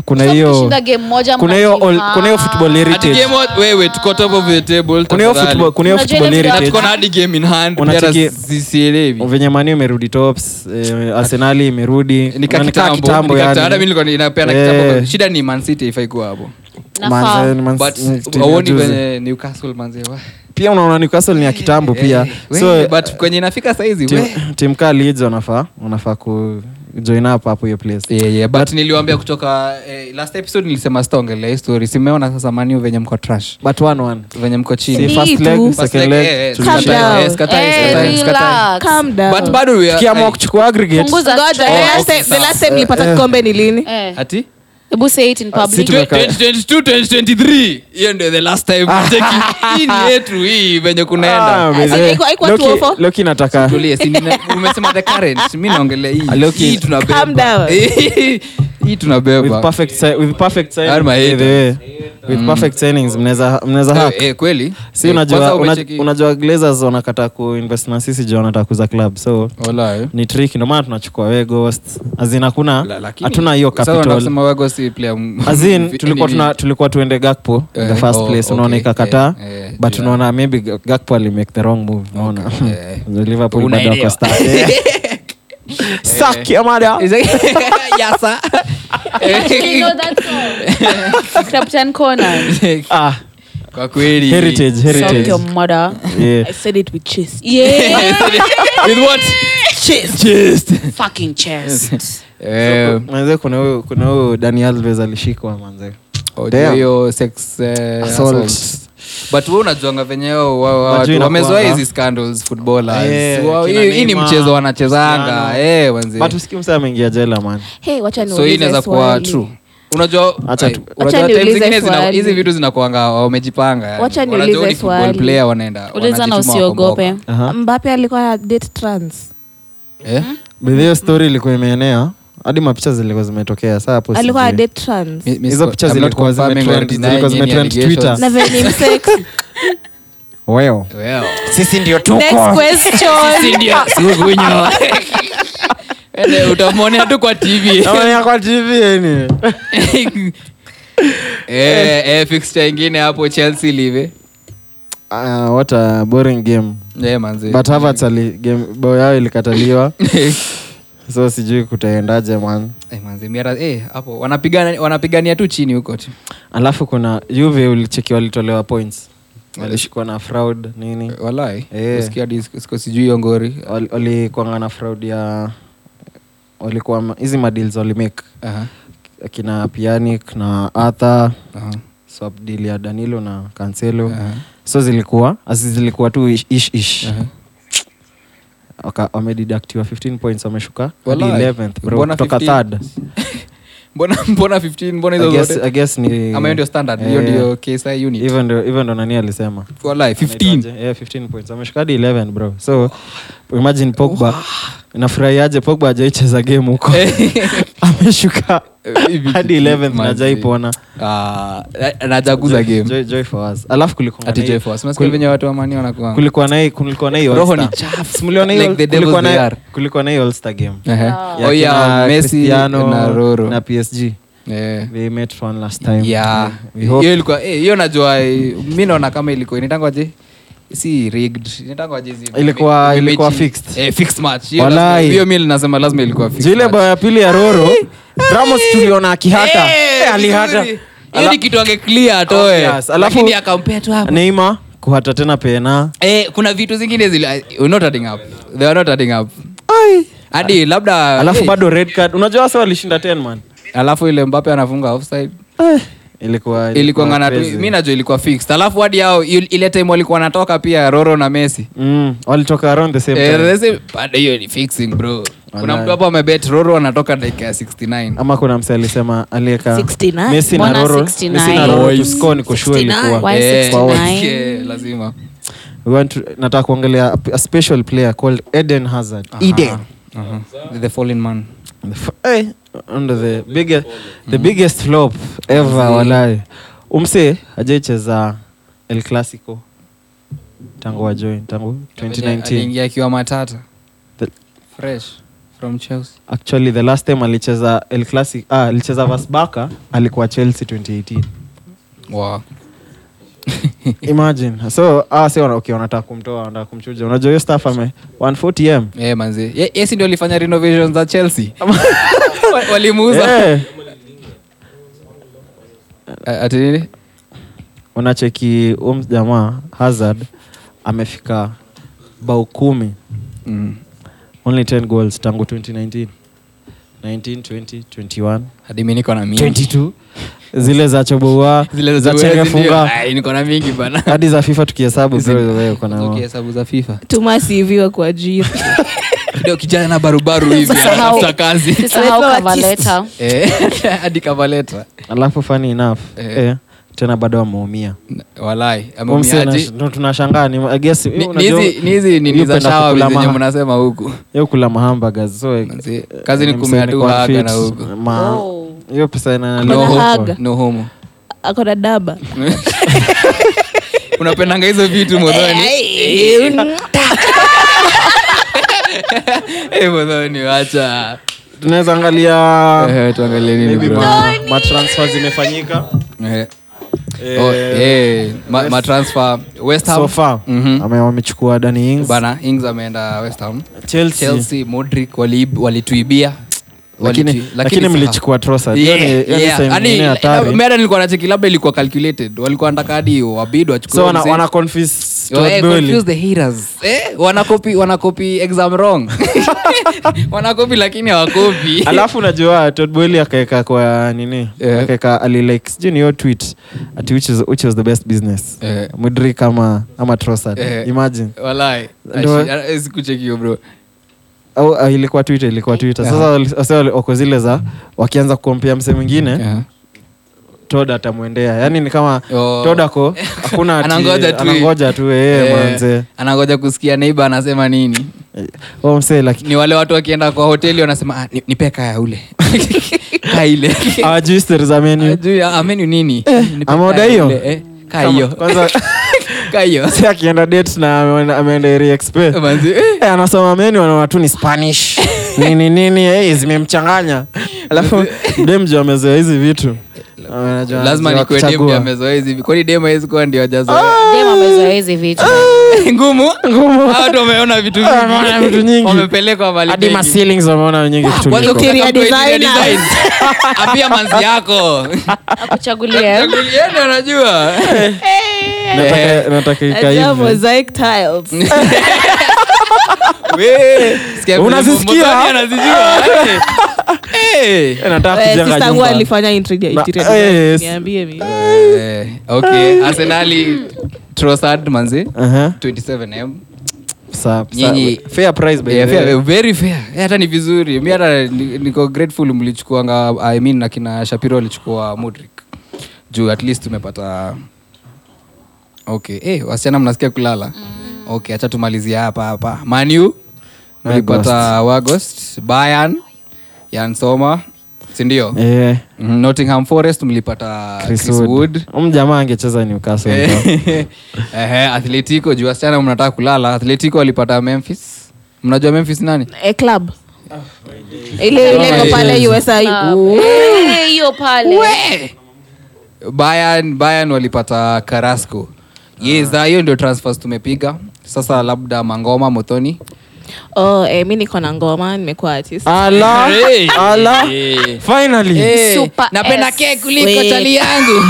kuna hiyo
Kushinda game moja
kuna hiyo
mnashinda.
ol- kuna hiyo football
Ati
heritage
game wa- wewe tuko top of the table
kuna hiyo football
tafadhali.
kuna hiyo
Unajua
football
ile
Na
heritage
tuko na hadi game in hand pia
Unacheki-
na zisielewi
venye mani imerudi tops eh, arsenali imerudi
Ni ka
Na
kitambo,
kaa kitambo
ni ka-
yani.
hata mimi nilikuwa ninapeana
Eh.
kitambo. shida ni Man City haifai kuwa hapo
Nafaa.
Manze, ni Man-
But
ni timu ya
hauoni
juzi.
venye Newcastle manze, wa-
pia unaona newcastle ni ya kitambo pia
Eh, we,
so
but kwenye inafika saizi we.
timkaa leeds wanafaa wanafaa ku join up hapo hiyo place
Yeah, yeah, but niliwambia kutoka eh, last episode nilisema sitaongelea hii story simeona sasa maniu venye mko trash
but one one
venye mko
si
chini
first leg
First
second
leg, eh, eh,
leg to
Calm
skatai,
down.
eh, skatai, skatai, skatai.
Eh, relax.
calm down
But bado we are-
kiamua
like,
kuchukua aggregate
Punguza
God, the
Oh,
stress.
last time- the
Eh.
last time nilipata kikombe ni lini
Eh,
ati
hebu say it in
si
public.
*laughs*
tu-
*laughs*
Tumeka-
2022, 2023 hiyo ndio the last time Cheki, hii
*laughs*
ni yetu hii venye kunaenda
Ah, mzee.
Haikuwa- haikuwa
Loki-
204?
Loki nataka
Tulie, si nina- umesema the current mi naongelea hii
Loki.
Hii tunabeba.
Calm
*laughs*
down.
hii
with
tunabeba
perfect si- with perfect signing,
Arma
by the way.
haters.
With
Mm.
perfect signings mnaweza mnaweza
Sawa,
hack.
eh, kweli
si
Eh,
unajua
kwanza
una-
umecheki-
unajua glazers wanakata kuinvest na sisi juu wanataka kuza club so
Wala, eh.
ni trick ndio maana tunachukua we ghost azin
La-
hakuna
lakini-
hatuna hiyo
sasa
capital
wanasema Wago si player m- *laughs*
azin
mvi-
tulikuwa
nini.
tuna, tulikuwa tuende gakpo in the
Eh,
first
oh,
place unaona
okay,
ikakataa
eh, eh,
but
yeah.
unaona maybe Ga- gakpo alimake the wrong move unaona *laughs*
eh.
liverpool bado
Unaelewa.
wako star
*laughs*
Eh. Suck your mother.
Is it- Yeah, sir.
*laughs* You know that song? Captain Conan.
Ah,
*laughs* kwa kweli
heritage
Suck your
heritage
mother.
yeah
I said it with chest.
Yeah.
*laughs* With what?
Fucking chest.
*laughs*
*laughs*
Eh,
manze kuna huyu kuna huyu dani alves alishikwa manze
ujue hiyo Oh, sex, eh,
Assault.
assault. but we unajuanga venyeo
Unajua
wamezoa
inakuanga.
hizi scandals footballers
Eh,
Wa-
kina
hii hii ni
Neymar,
mchezo wanachezanga
Cristiano.
eh, wanzee.
but usikii msee ameingia jela man
Hey, wacha
so hii inaweza kuwa true unajua
Acha
eh,
tu-
unajua
Acha
time
niulize
zingine zina-
swali.
hizi vitu zinakuanga wamejipanga yani.
Wacha
Wanajua
niulize
ni football
swali.
player wanaenda
Uliza na
wanajituma
usiogope.
wakomboka.
Aha.
Mbappe alikuwa na date trans.
Eh?
Hmm?
bidhio story ilikuwa imeenea hadi mapicha zilikuwa zimetokea saa hapo
Alikuwa na
sijui.
date trans.
Mi- mi
Hizo
siko-
picha
I'm not
zilikuwa
confirming
zimetrend-
or denying
zilikuwa
any
zimetrend
allegations.
Twitter.
Na vile ni msexy.
Well.
Well.
sisi ndio
Next
tuko
question.
*laughs*
Sisi ndio sugunyo. Ende utamwonea tu kwa
*laughs*
tv
Naona kwa tv yani
*laughs* eh, eh, fixture ingine hapo chelsea live
Ah, what a boring game
yeah, manzi
but Havertz ali game bao yao *laughs* ilikataliwa so sijui kutaendaje man
*laughs* eh, manzi miara eh, hapo wanapigana wanapigania tu chini huko tu
alafu kuna uv ulicheki walitolewa points walishikwa na fraud nini
walai
Eh.
usikia hadi siku- siku sijui hiyo ngori
Wal- walikuwanga na fraud ya walikuwa ma- hizi madils walimake
Aha,
akina pianic na arthur
aha,
swapdil ya danilo na cancelo
aha.
so zilikuwa asi zilikuwa tu ish ish, ish.
Aha.
Waka- wamedidactiwa 15 points wameshuka hadi
Walai.
11th bro,
Mbona
kutoka
15?
third
*laughs* mbona mbona 15 mbona
I
hizo
guess-
zote
I guess ni
ama hiyo ndio standard hiyo
Eh,
ndio KSI unit
hivyo ndio hivyo ndo nani alisema
walai 15
Anaitwaje? Yeah, 15 points ameshuka hadi 11 bro so imagine pogba nafurahiaje pogba ajaicheza game
*laughs*
huko ameshuka hadi 11 na ajaipona
ah na-
*laughs*
najaguza
Joy-
game
joy- joy for us. alafu kulikuwa na
ati
hii-
Jeff Wars unasikia
kul-
venye watu wa mani wanakuwa
kulikuwa na hii- kulikuwa na hii
Roho
All-Star.
ni chafu.
Si mliona hii
Like
All-
the devils
kulikuwa na-
they are.
kulikuwa na hii All-Star game
Ehe.
Ya
Oh, yeah,
kina
Messi
Cristiano
na Roro.
na psg
Eh.
they met one last time
Yeah.
We hope-
hiyo ilikuwa eh, hiyo najua eh, mi naona kama ilikuwa inatangwaje si rigged inatangwaje hizi
Ilikuwa-
mechi-
ilikuwa
mechi-
fixed.
eh, fixed match Hiyo
Walai.
lazima- hiyo mi nasema lazima ilikuwa fixed
Juu ile
match.
bao ya pili ya roro ramos tuliona akihata
Eh,
Eh, alihata
vizuri. hiyo ni kitu ange clear atoe
Obvious. Alafu-
lakini akampea tu hapo
neima kuhata tena pena
Eh, kuna vitu zingine zili we're not adding up. They are not adding up. Hadi labda
Ah, alafu
eh,
bado red card unajua wasa walishinda 10 man
alafu ile Mbappe anafunga offside.
ilikuwa
Eh. Ilikuwa ngana tu.
crazy.
Mimi najua ilikuwa fixed. Alafu hadi hao il- ile time walikuwa wanatoka pia Roro na Messi.
Mm, walitoka around the same
Eh,
time.
rese- bado hiyo ni fixing bro. Kuna
Wallahi.
mtu hapo amebet Roro anatoka dakika ya 69.
ama kuna mse alisema alieka
69.
Messi na
Mbona
Roro-
69?
Messi na Roro
Boys.
to score ni kushua ilikuwa.
Why
Eh,
69?
eh, lazima.
We want to- nataka kuongelea a- a special player called Eden Hazard. Eden.
Aha. The fallen man.
The f- eh, under the biggest- the biggest flop ever,
Mm-hmm.
walai. Umse hajaicheza El Clasico tangu wajoin tangu 2019
Aliingia akiwa matata.
The-
Fresh from Chelsea.
actually the last time alicheza El Clasico ah, alicheza Vasbaka alikuwa Chelsea 2018
Wow. *laughs*
imagine so ah, si wana- okay, wanataka kumtoa wanataka kumchuja unajua hiyo staff ame 140m
Eh, manzi Ye- yesi ndio alifanya renovations za chelsea Wa- walimuuza
*laughs* Eh,
A- ati nini
unacheki um jamaa hazard amefika bao kumi
Mm.
only 10 goals tangu 2019 19 20 21
hadi mi niko na mingi
22 zile za choboa
Zile
za
za Wales
chenge
ndio.
funga
Ai, niko na mingi bana *laughs*
hadi za fifa tukihesabu bro, wewe uko na-
Okay, hesabu za fifa *laughs*
Tuma CV wa kuajiri.
kidogo kijana barubaru hivi
Usisahau.
anatafuta kazi
Usisahau
Anaitwa
cover
artist.
*laughs*
letter.
Eh, *laughs* hadi kavaleta
alafu funny enough
Eh.
eh, tena bado ameumia
walai
Huyo msee
ameumiaji
anash- ndo tunashangaa ni- I guess,
Ni- ni
unajua-
hizi- ni hizi nini
yupenda
za shawa
kukula
zenye
maha-
mnasema huku
yeye kula mahambagas so eh,
Manzi, kazi ni
msee
kumeadu
ni
haga
confit,
na huku
ma-
Oh.
hiyo pesa
no,
Kuna
homo.
haga.
no homo *laughs*
akona daba
unapendanga hizo vitu modhoni *laughs* Eh, modhoni wacha
tunaweza angalia
Eh, tuangalie nini
Ah. maybe
bro.
ma- matransfer zimefanyika
Eh.
Eh,
Oh, eh, ma- ma transfer West Ham
so far
Mhm.
ame- wamechukua Dani Ings
bana Ings ameenda West Ham
Chelsea.
Chelsea Modric waliib- walituibia
Lakini-
Walitu-
lakini
sawa.
mlichukua Trossard. Hiyo
Yeah,
ni- hiyo ni
yeah.
sehemu
Yaani,
nyingine hatari.
mimi hata nilikuwa nacheki labda ilikuwa calculated walikuwa wanataka hadi wabid wachukue
so wana,
mzee.
wana confuse
Yo, eh,
Todd Boehly.
confuse the haters. Eh, wanakopi wanakopi exam wrong *laughs* wanakopi lakini hawakopi
*laughs* alafu najua todbweli akaweka kwa nini
Eh.
akaweka alilike sijui ni hiyo tweet ati which is, which was the best business
Eh.
mudrik ama, ama Trossard.
Eh.
imagine
Walai.
Ndio.
Ashi- ah, sikuchekio bro
au ah, ilikuwa twitter ilikuwa twitter
Eh.
sasa wali- wase wali- wako zile za wakianza kukompea mse mwingine
Yeah.
tod atamwendea yaani ni kama
Oh. *laughs*
tod ako hakuna ati-
Anangoja tu.
anangoja tu ee
Eh,
manze
anangoja kusikia neiba anasema nini
oh, mse lakini
ni wale watu wakienda kwa hoteli wanasema ah, ni- nipe kaa ya ule kaa ile
hawajui stori za menu
Ajui, ah, menu nini Nipe
Ah, Eh, ama
kaa
order
ya
hiyo?
ule, eh. kaa
Kama-
hiyo
kwanza
*laughs* kaa hiyo
mse akienda date na ameenda- ameenda area express
Manzi, eh.
Eh, anasoma menu anaona tu ni
*laughs*
spanish nini nini eh, zimemchanganya alafu mdemju amezoea hizi vitu Anajua-
lazima
anajua
nikuwe dem
kuchagua. Ah!
ndio amezoea hizi vi- kwani dem hawezi kuwa ndio ajazoea
dem amezoea hizi vitu
*laughs* ngumu
Ngumu.
Hawa watu wameona vitu
Ah, wameona vitu
vingi.
nyingi.
wamepelekwa mahali
hadi
pengi.
maceilings wameona nyingi kitu
Ah, Kwanza
kuliko.
ukitaka
Interior
mtu wa interior
ah. *laughs*
designers.
design, apia Ah, manzi yako
Eh?
*laughs*
akuchagulia
Chagulieni wanajua Eh.
Nataka- nataka ikae
Ajua
hivyo.
*laughs*
mosaic tiles
We, sikia vile
Unazisikia?
Mbogani
*laughs*
anazijua. Eh.
Eh, nataka
Eh,
kujenga
sister wangu
nyumba.
alifanya interior-
Na-
Oh,
interior
eh,
design,
yes.
niambie mimi.
Eh, okay arsenali Trossard manzi
Aha.
27m
Sawa, sawa.
Nyinyi-
Fair price, by
Yeah,
the way.
fair, very fair Eh, hata ni vizuri mi hata ni- niko grateful mlichukuanga i mean akina shapiro alichukua modric juu at least tumepata okay eh, wasichana mnasikia kulala okay acha tumalizia hapa hapa manu mlipata wagost bayan yansoma sindio
Eh,
Mm, nottingham forest mlipata
Chris
chris wood
Wood. Huyu jamaa angecheza Newcastle.
Eh, *laughs* eh, atletico juu wasichana mnataka kulala atletico walipata memphis mnajua memphis nani
Eh, club ile ile iko pale usi *laughs*
Eh, hiyo pale
Bayern, Bayern walipata carasco yes ah, hiyo ndio transfers tumepiga sasa labda mangoma mothoni
oh, eh, mi niko na ngoma nimekuwa artist
Ala,
Hey.
ala,
Eh.
finally.
Eh,
Super
napenda
S.
kee kuliko
Wait. Ah.
chali yangu *laughs*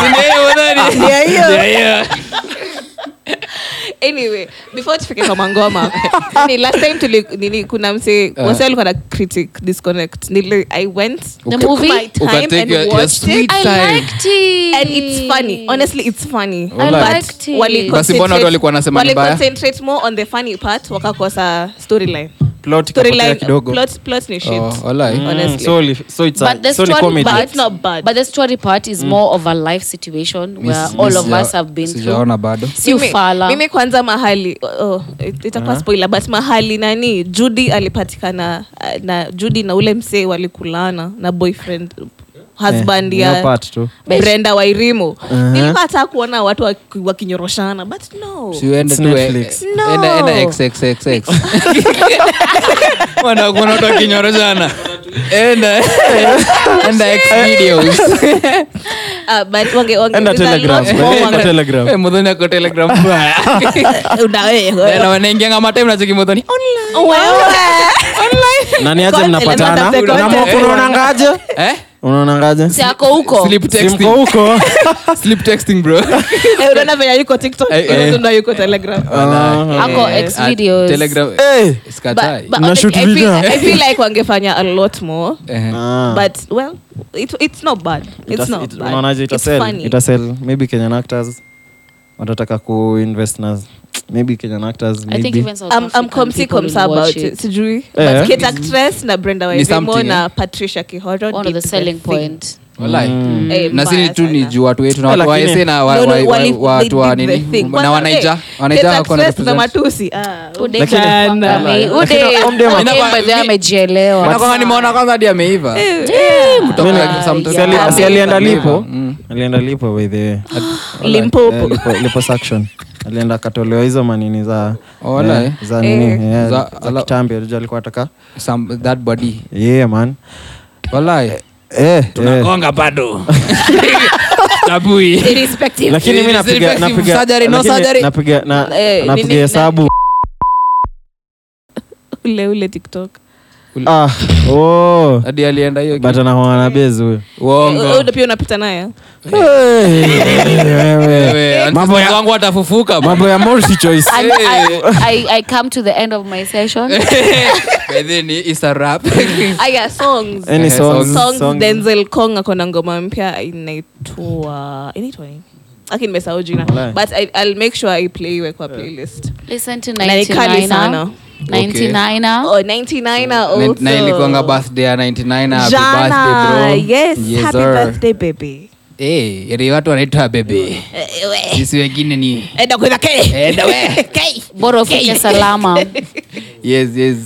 Si ndio hiyo mothoni?
Ndio hiyo.
Ndio hiyo.
*laughs* anyway before tufike kwa *laughs* mangoma ni last time tuli, nili, kuna mse
Eh.
wase walikuwa na critic disconnect nili, i went
Uka-
took
movie?
my time
Ukatake
and
your- your
watched
sweet
it
I
time.
liked it.
and it's funny honestly it's funny
Well,
But
liked it.
wali
Basi mbona watu walikuwa wanasema ni
wali
mbaya?
concentrate more on the funny part wakakosa storyline
Plot ikapotea
storyline
kidogo.
plot, plot ni shit
Oh, walai.
Mm,
honestly
so li- so it's a-
But the
so ni
story
comedy. Mm.
But
But-
it's not bad
but the story part is more of a life situation
Mi
where
si- mi
all of
sija-
us have been through
sijaona bado
si
Mimi-
ufala
mimi kwanza mahali oh, it- itakuwa
Uh-huh.
spoiler but mahali nani judi alipatikana uh, na judi na ule msee walikulana na boyfriend husband
Eh, hiyo
ya
part Uh-huh. tu.
brenda wairimo nilikuwa hata kuona watu waki- wakinyoroshana but no
Si uende
It's
tu, eh,
Netflix.
eh,
No.
enda- enda XXXX. Wana- kuna watu wakinyoroshana. Enda- enda X videos.
uh, but wange, wange,
Enda
there's a
Telegram.
lot more
Eh,
wange-
Telegram.
Eh, Muthoni ako Telegram.
*laughs* Unawe-
Na wanaingianga matime nacheki Muthoni.
Nani aje
Content,
mnapatana
content,
Na
content.
mwa- unaonangaje
Eh?
unaonangaje
Si ako huko
Sleep
Si
texting.
mko *laughs* huko
Sleep texting, bro.
Eh, unaona venye yuko tiktok
Eh, eh.
unaona yuko telegram
Wala-
ako
eh,
x
ah,
videos
Telegram-
Eh.
Sikatai.
But- but
Na
honestly,
shoot
I feel-
video.
I feel like wangefanya a lot more
Eh.
Ah.
but well it, it's not bad it's
Itas-
not
it-
bad
unaonaje
it's
itasell
funny
itasell maybe kenyan actors watataka kuinvest na maybe kenyan actors
i think
maybe
even south
I'm, I'm
African
clumsy
people will
clumsy about
watch
it.
it
Sijui.
Eh.
But Kate actress na Brenda
Ni something,
Wairimo na
eh?
Patricia Kihoro
one of
did
the
the
selling
thing.
point
Walai.
Eh,
na
mbaya
sini tu ni
sana.
juu watu wetu na
Eh,
watu
lakini-
waese na wa-
No, no,
wa-
wali-
wa-
they
watu wa
did the
nini
thing.
na
Kwanza,
wanaija
eh,
wanaija
Desert
wako na
Fest na
represent.
matusi Ah, *laughs*
Lakini-
Oh, Na kwanza nimeona kwanza hadi ameiva Eh, kutoka
Mimi-
something.
Si ali- si alienda lipo
Mm.
alienda lipo by the way
Limpopo.
Eh, lipo- lipo suction alienda akatolewa hizo manini za
Ola,
eh,
eh.
za nini
Za-
eh, za
ala-
kitambi alikuwa ataka
Some- that body
yeah man
*laughs*
walai
eh eh.
tunagonga bado tabui
lakini mi napiga
Irrespective
napiga-
Eh, surgery, no
lakini
surgery.
napiga na-
Eh,
napiga
nini- na-
hesabu
ule ule tiktok
ah oh
hadi alienda hiyo
but anahoa na bezi huyo
uongo
Wewe Oh, pia unapita nayo
Eh. Hey, Eh, wewe.
Eh,
Eh,
Wewe,
Mambo ya-
wangu atafufuka bro.
mambo ya multi choice
And I, I, I come to the end of my session.
*laughs*
*laughs*
By then, it's a wrap. *laughs*
aya Ah, songs
Any
Eh,
songs,
songs
songs.
denzel kong akona ngoma mpya inaitwa inaitwa nini aki nimesahau jina
Walai.
but I, i'll make sure i play iwe kwa playlist
Listen to
Na ni kali
99er.
sana.
99er.
oh 99er
Na-
also
na ilikuanga birthday ya 99 na happy birthday,
Jana.
bro.
yes, happy
sir.
birthday baby
Eh, ili watu wanaitwa bebe sisi wengine ni
enda kwenda *laughs* ke
Eh, na we.
Bora ufike
*laughs*
salama.
yes yes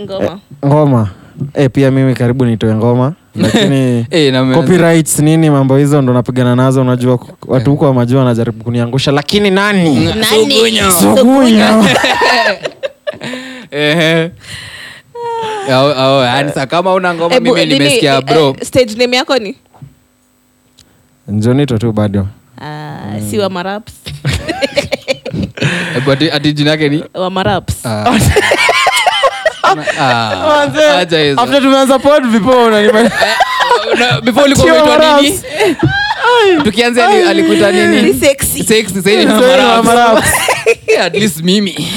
ngoma
ngoma eh pia mimi karibu
*laughs*
nitoe ngoma lakini
Eh, na umeanza-
copyrights nini mambo hizo ndo napigana nazo unajua ku- watu huko wamajua wanajaribu kuniangusha lakini
*laughs*
nani
Eh, Sugunyo.
sugunya
*laughs*
Ehe. Au- au, Ansa, kama una *laughs* ngoma
Ebu,
mimi
nini,
nimesikia
eh,
bro
eh, stage name yako ni
njonito tu bado
Ah, si
Hmm.
wa maraps
Ebu ati- ati jina yake ni
wa maraps
Ah.
Oh,
Ah. Acha hizo.
after tumeanza pod vipo
*laughs*
unanima
Eh, una- before ulikuwa
Tio
unaitwa
Maraps.
nini tukianza ali- alikuita nini
Ni sexy.
Sexy, sasa hivi
Sorry,
Maraps. *laughs*
Maraps.
Yeah, at least mimi *laughs*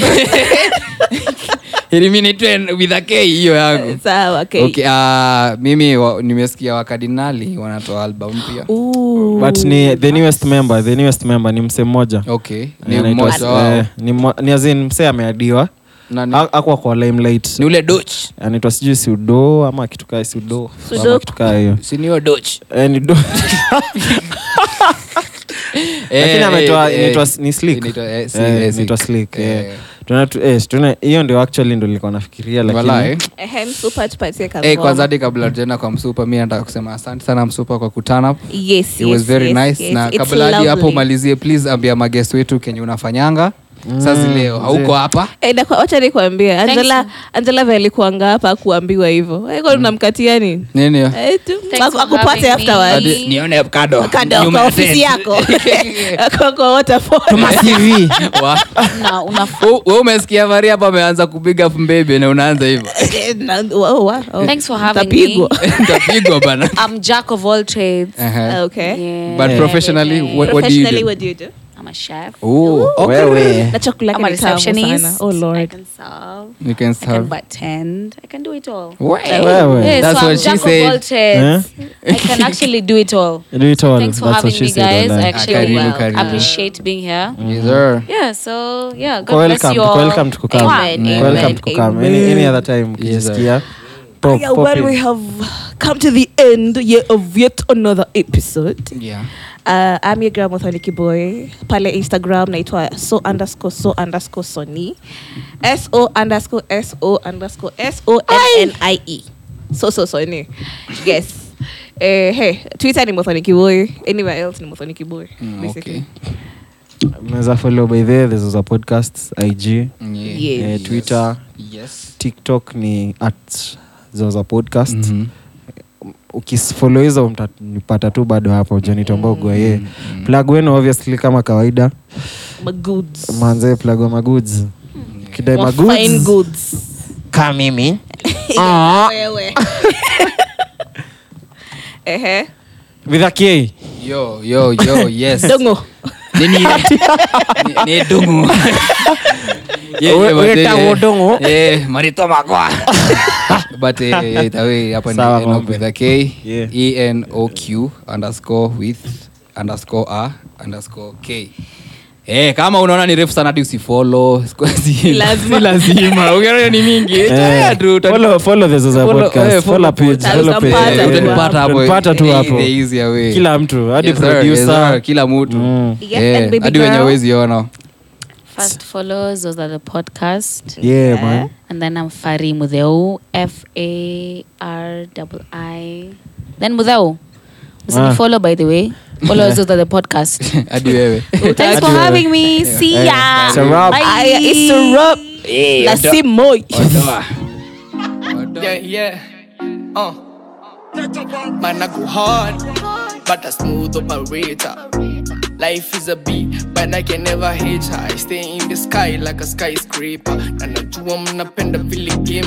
Ili mi niitwe with a K, hiyo yangu
*laughs* sawa ke
okay, ah, mimi wa, nimesikia wakardinali wanatoa album pia
Oh. Ooh.
but ni the newest member the newest member ni mse mmoja
okay ni
Anaitwa-
mmoja wao.
eh, ni mmo- ni as in mse ameadiwa
Na ni-
A- akwa kwa limelight
ni ule doch
anaitwa sijui siudo ama kitukaa siudo ama
Sudoku.
kitukaa hiyo
sinio doch
Eh, ni do- *laughs*
Eh,
lakini ametoa Eh, inaitwa s- ni slick. Eh, inaitwa slick, eh. Tuna tu- eh, tuna- hiyo ndio actually ndo nilikuwa nafikiria lakini
Ehem, super tupatie ka
Hey,
ngoma.
kwanza hadi Eh, kabla tujaenda kwa msupa mi nataka kusema asante sana msupa kwa kutana
yes,
it was
yes,
very
yes,
nice
yes.
na
It's
kabla hadi hapo
lovely.
umalizie please ambia magest wetu kenye unafanyanga
Mm,
sasa leo hauko hapa
Eda Eh, kwa- wacha nikuambie
Thanks.
angela angela vile alikuanga hapa kuambiwa hivyo Eh,
Mm.
kwa tunamkatiani
nini hiyo?
Thanks for
Eh, akupate
having
afterwards
Hadi nione avocado.
kando
Nyuma
kwa
ya
ofisi
fence. *laughs*
yako
*laughs*
*laughs* Kwa- kwa waterfall.
Wa-
Na una-
U- we umesikia mari hapa ameanza kupiga fumbebe na unaanza
*laughs*
hivyo
*laughs* Eh, na- wow, wow.
Thanks for having
Utapigwa.
me.
utapigwa bana
*laughs*
I'm jack of all trades.
Eh.
Ehe.
Okay.
Yeah.
but professionally what, what do
Professionally,
you do
what do you do?
I'm a chef.
oh okay
Na chakula
I'm
yake
a
ni tamu sana.
receptionist.
Oh,
I
Lord.
can serve.
you can
I can
serve
bartend. I can do it all.
Wewe.
Yeah,
That's
so I'm
what she
jack
said. Mm.
of all trades. I can actually do it
*laughs*
all.
do it all.
Thanks for
That's what
having
she
me,
said
guys. I
online.
actually
Karibu, karibu.
appreciate being here.
Yes, sir.
Yeah, so yeah, God bless
Mm. Welcome-
you all.
welcome to Kukam.
Amen,
Mm.
amen,
Welcome to Kukam. Any- any other time ukijisikia, pop-
Oh, Yeah,
pop
well,
in.
we have come to the end ye- of yet another episode.
Yeah.
Uh, I'm your girl Mothaniki Boy. Pale Instagram naitwa so underscore so underscore soni. S O underscore S O underscore S O N N I E. So so soni. Yes. Eh, hey, Twitter ni Mothaniki Boy. Anywhere else ni Mothaniki Boy.
Mm,
basically.
Mnaweza follow by there there's also podcasts ig
okay. Yeah.
Eh,
Yes.
Twitter.
Yes.
tiktok ni at zoza podcast
Mhm.
ukifolo hizo mtanipata tu bado hapo jonitombaugwa yee plag wenu obviously kama kawaida
My goods.
manze plag wa magoods kidai
My fine
magoods
goods.
Hmm. ka mimi
Ah. *laughs*
*laughs* Wewe. Ehe.
vidhakiei
Yo, yo,
*laughs*
yo, yes.
Dongo.
*laughs*
Nini? Ni- ni dungu. Yeah,
We-
yeah, but,
weta
eh,
wodongo.
eh, marito
*laughs*
magwa. But, eh, eh, tawe, hapa ni
Sawa,
Enoch
ng'ombe.
with a K, E
Yeah.
E-N-O-Q underscore with underscore A underscore K. Eh, kama unaona ni refu sana hadi *laughs* usifolo
lazima.
lazima *laughs* Ukiona hiyo ni mingi
Eh.
tulia tu, uta-
Follow- follow the Zoza
Follow-
podcast.
eh, follow
Follow page,
podcast.
follow page.
Utampata
Eh,
tu
utanipata
hapo.
hapo.
Utanipata tu
Any
hapo.
the easier way.
kila mtu hadi
Yes, sir, yes, sir,
producer Mm.
kila mtu
Yes,
Eh,
and baby
hadi wenye
girl.
wezi ona *laughs*
First follows those are the podcast.
yeah man
And then I'm Fari Mudeu. F A R double I. Then Mudeu.
Ah.
Msini follow by the way. Follow those are the podcast.
hadi
*laughs*
wewe
Thanks for having me. See ya.
It's a wrap.
Bye.
Aya, it's a wrap. Na si moi. *laughs*
Ondoa. Ondoa.
Yeah, yeah. Uh. Man, I go hard, but I smooth operator. Life is a beat, but I can never hate her. I stay in the sky like a skyscraper. Na najua mnapenda vile game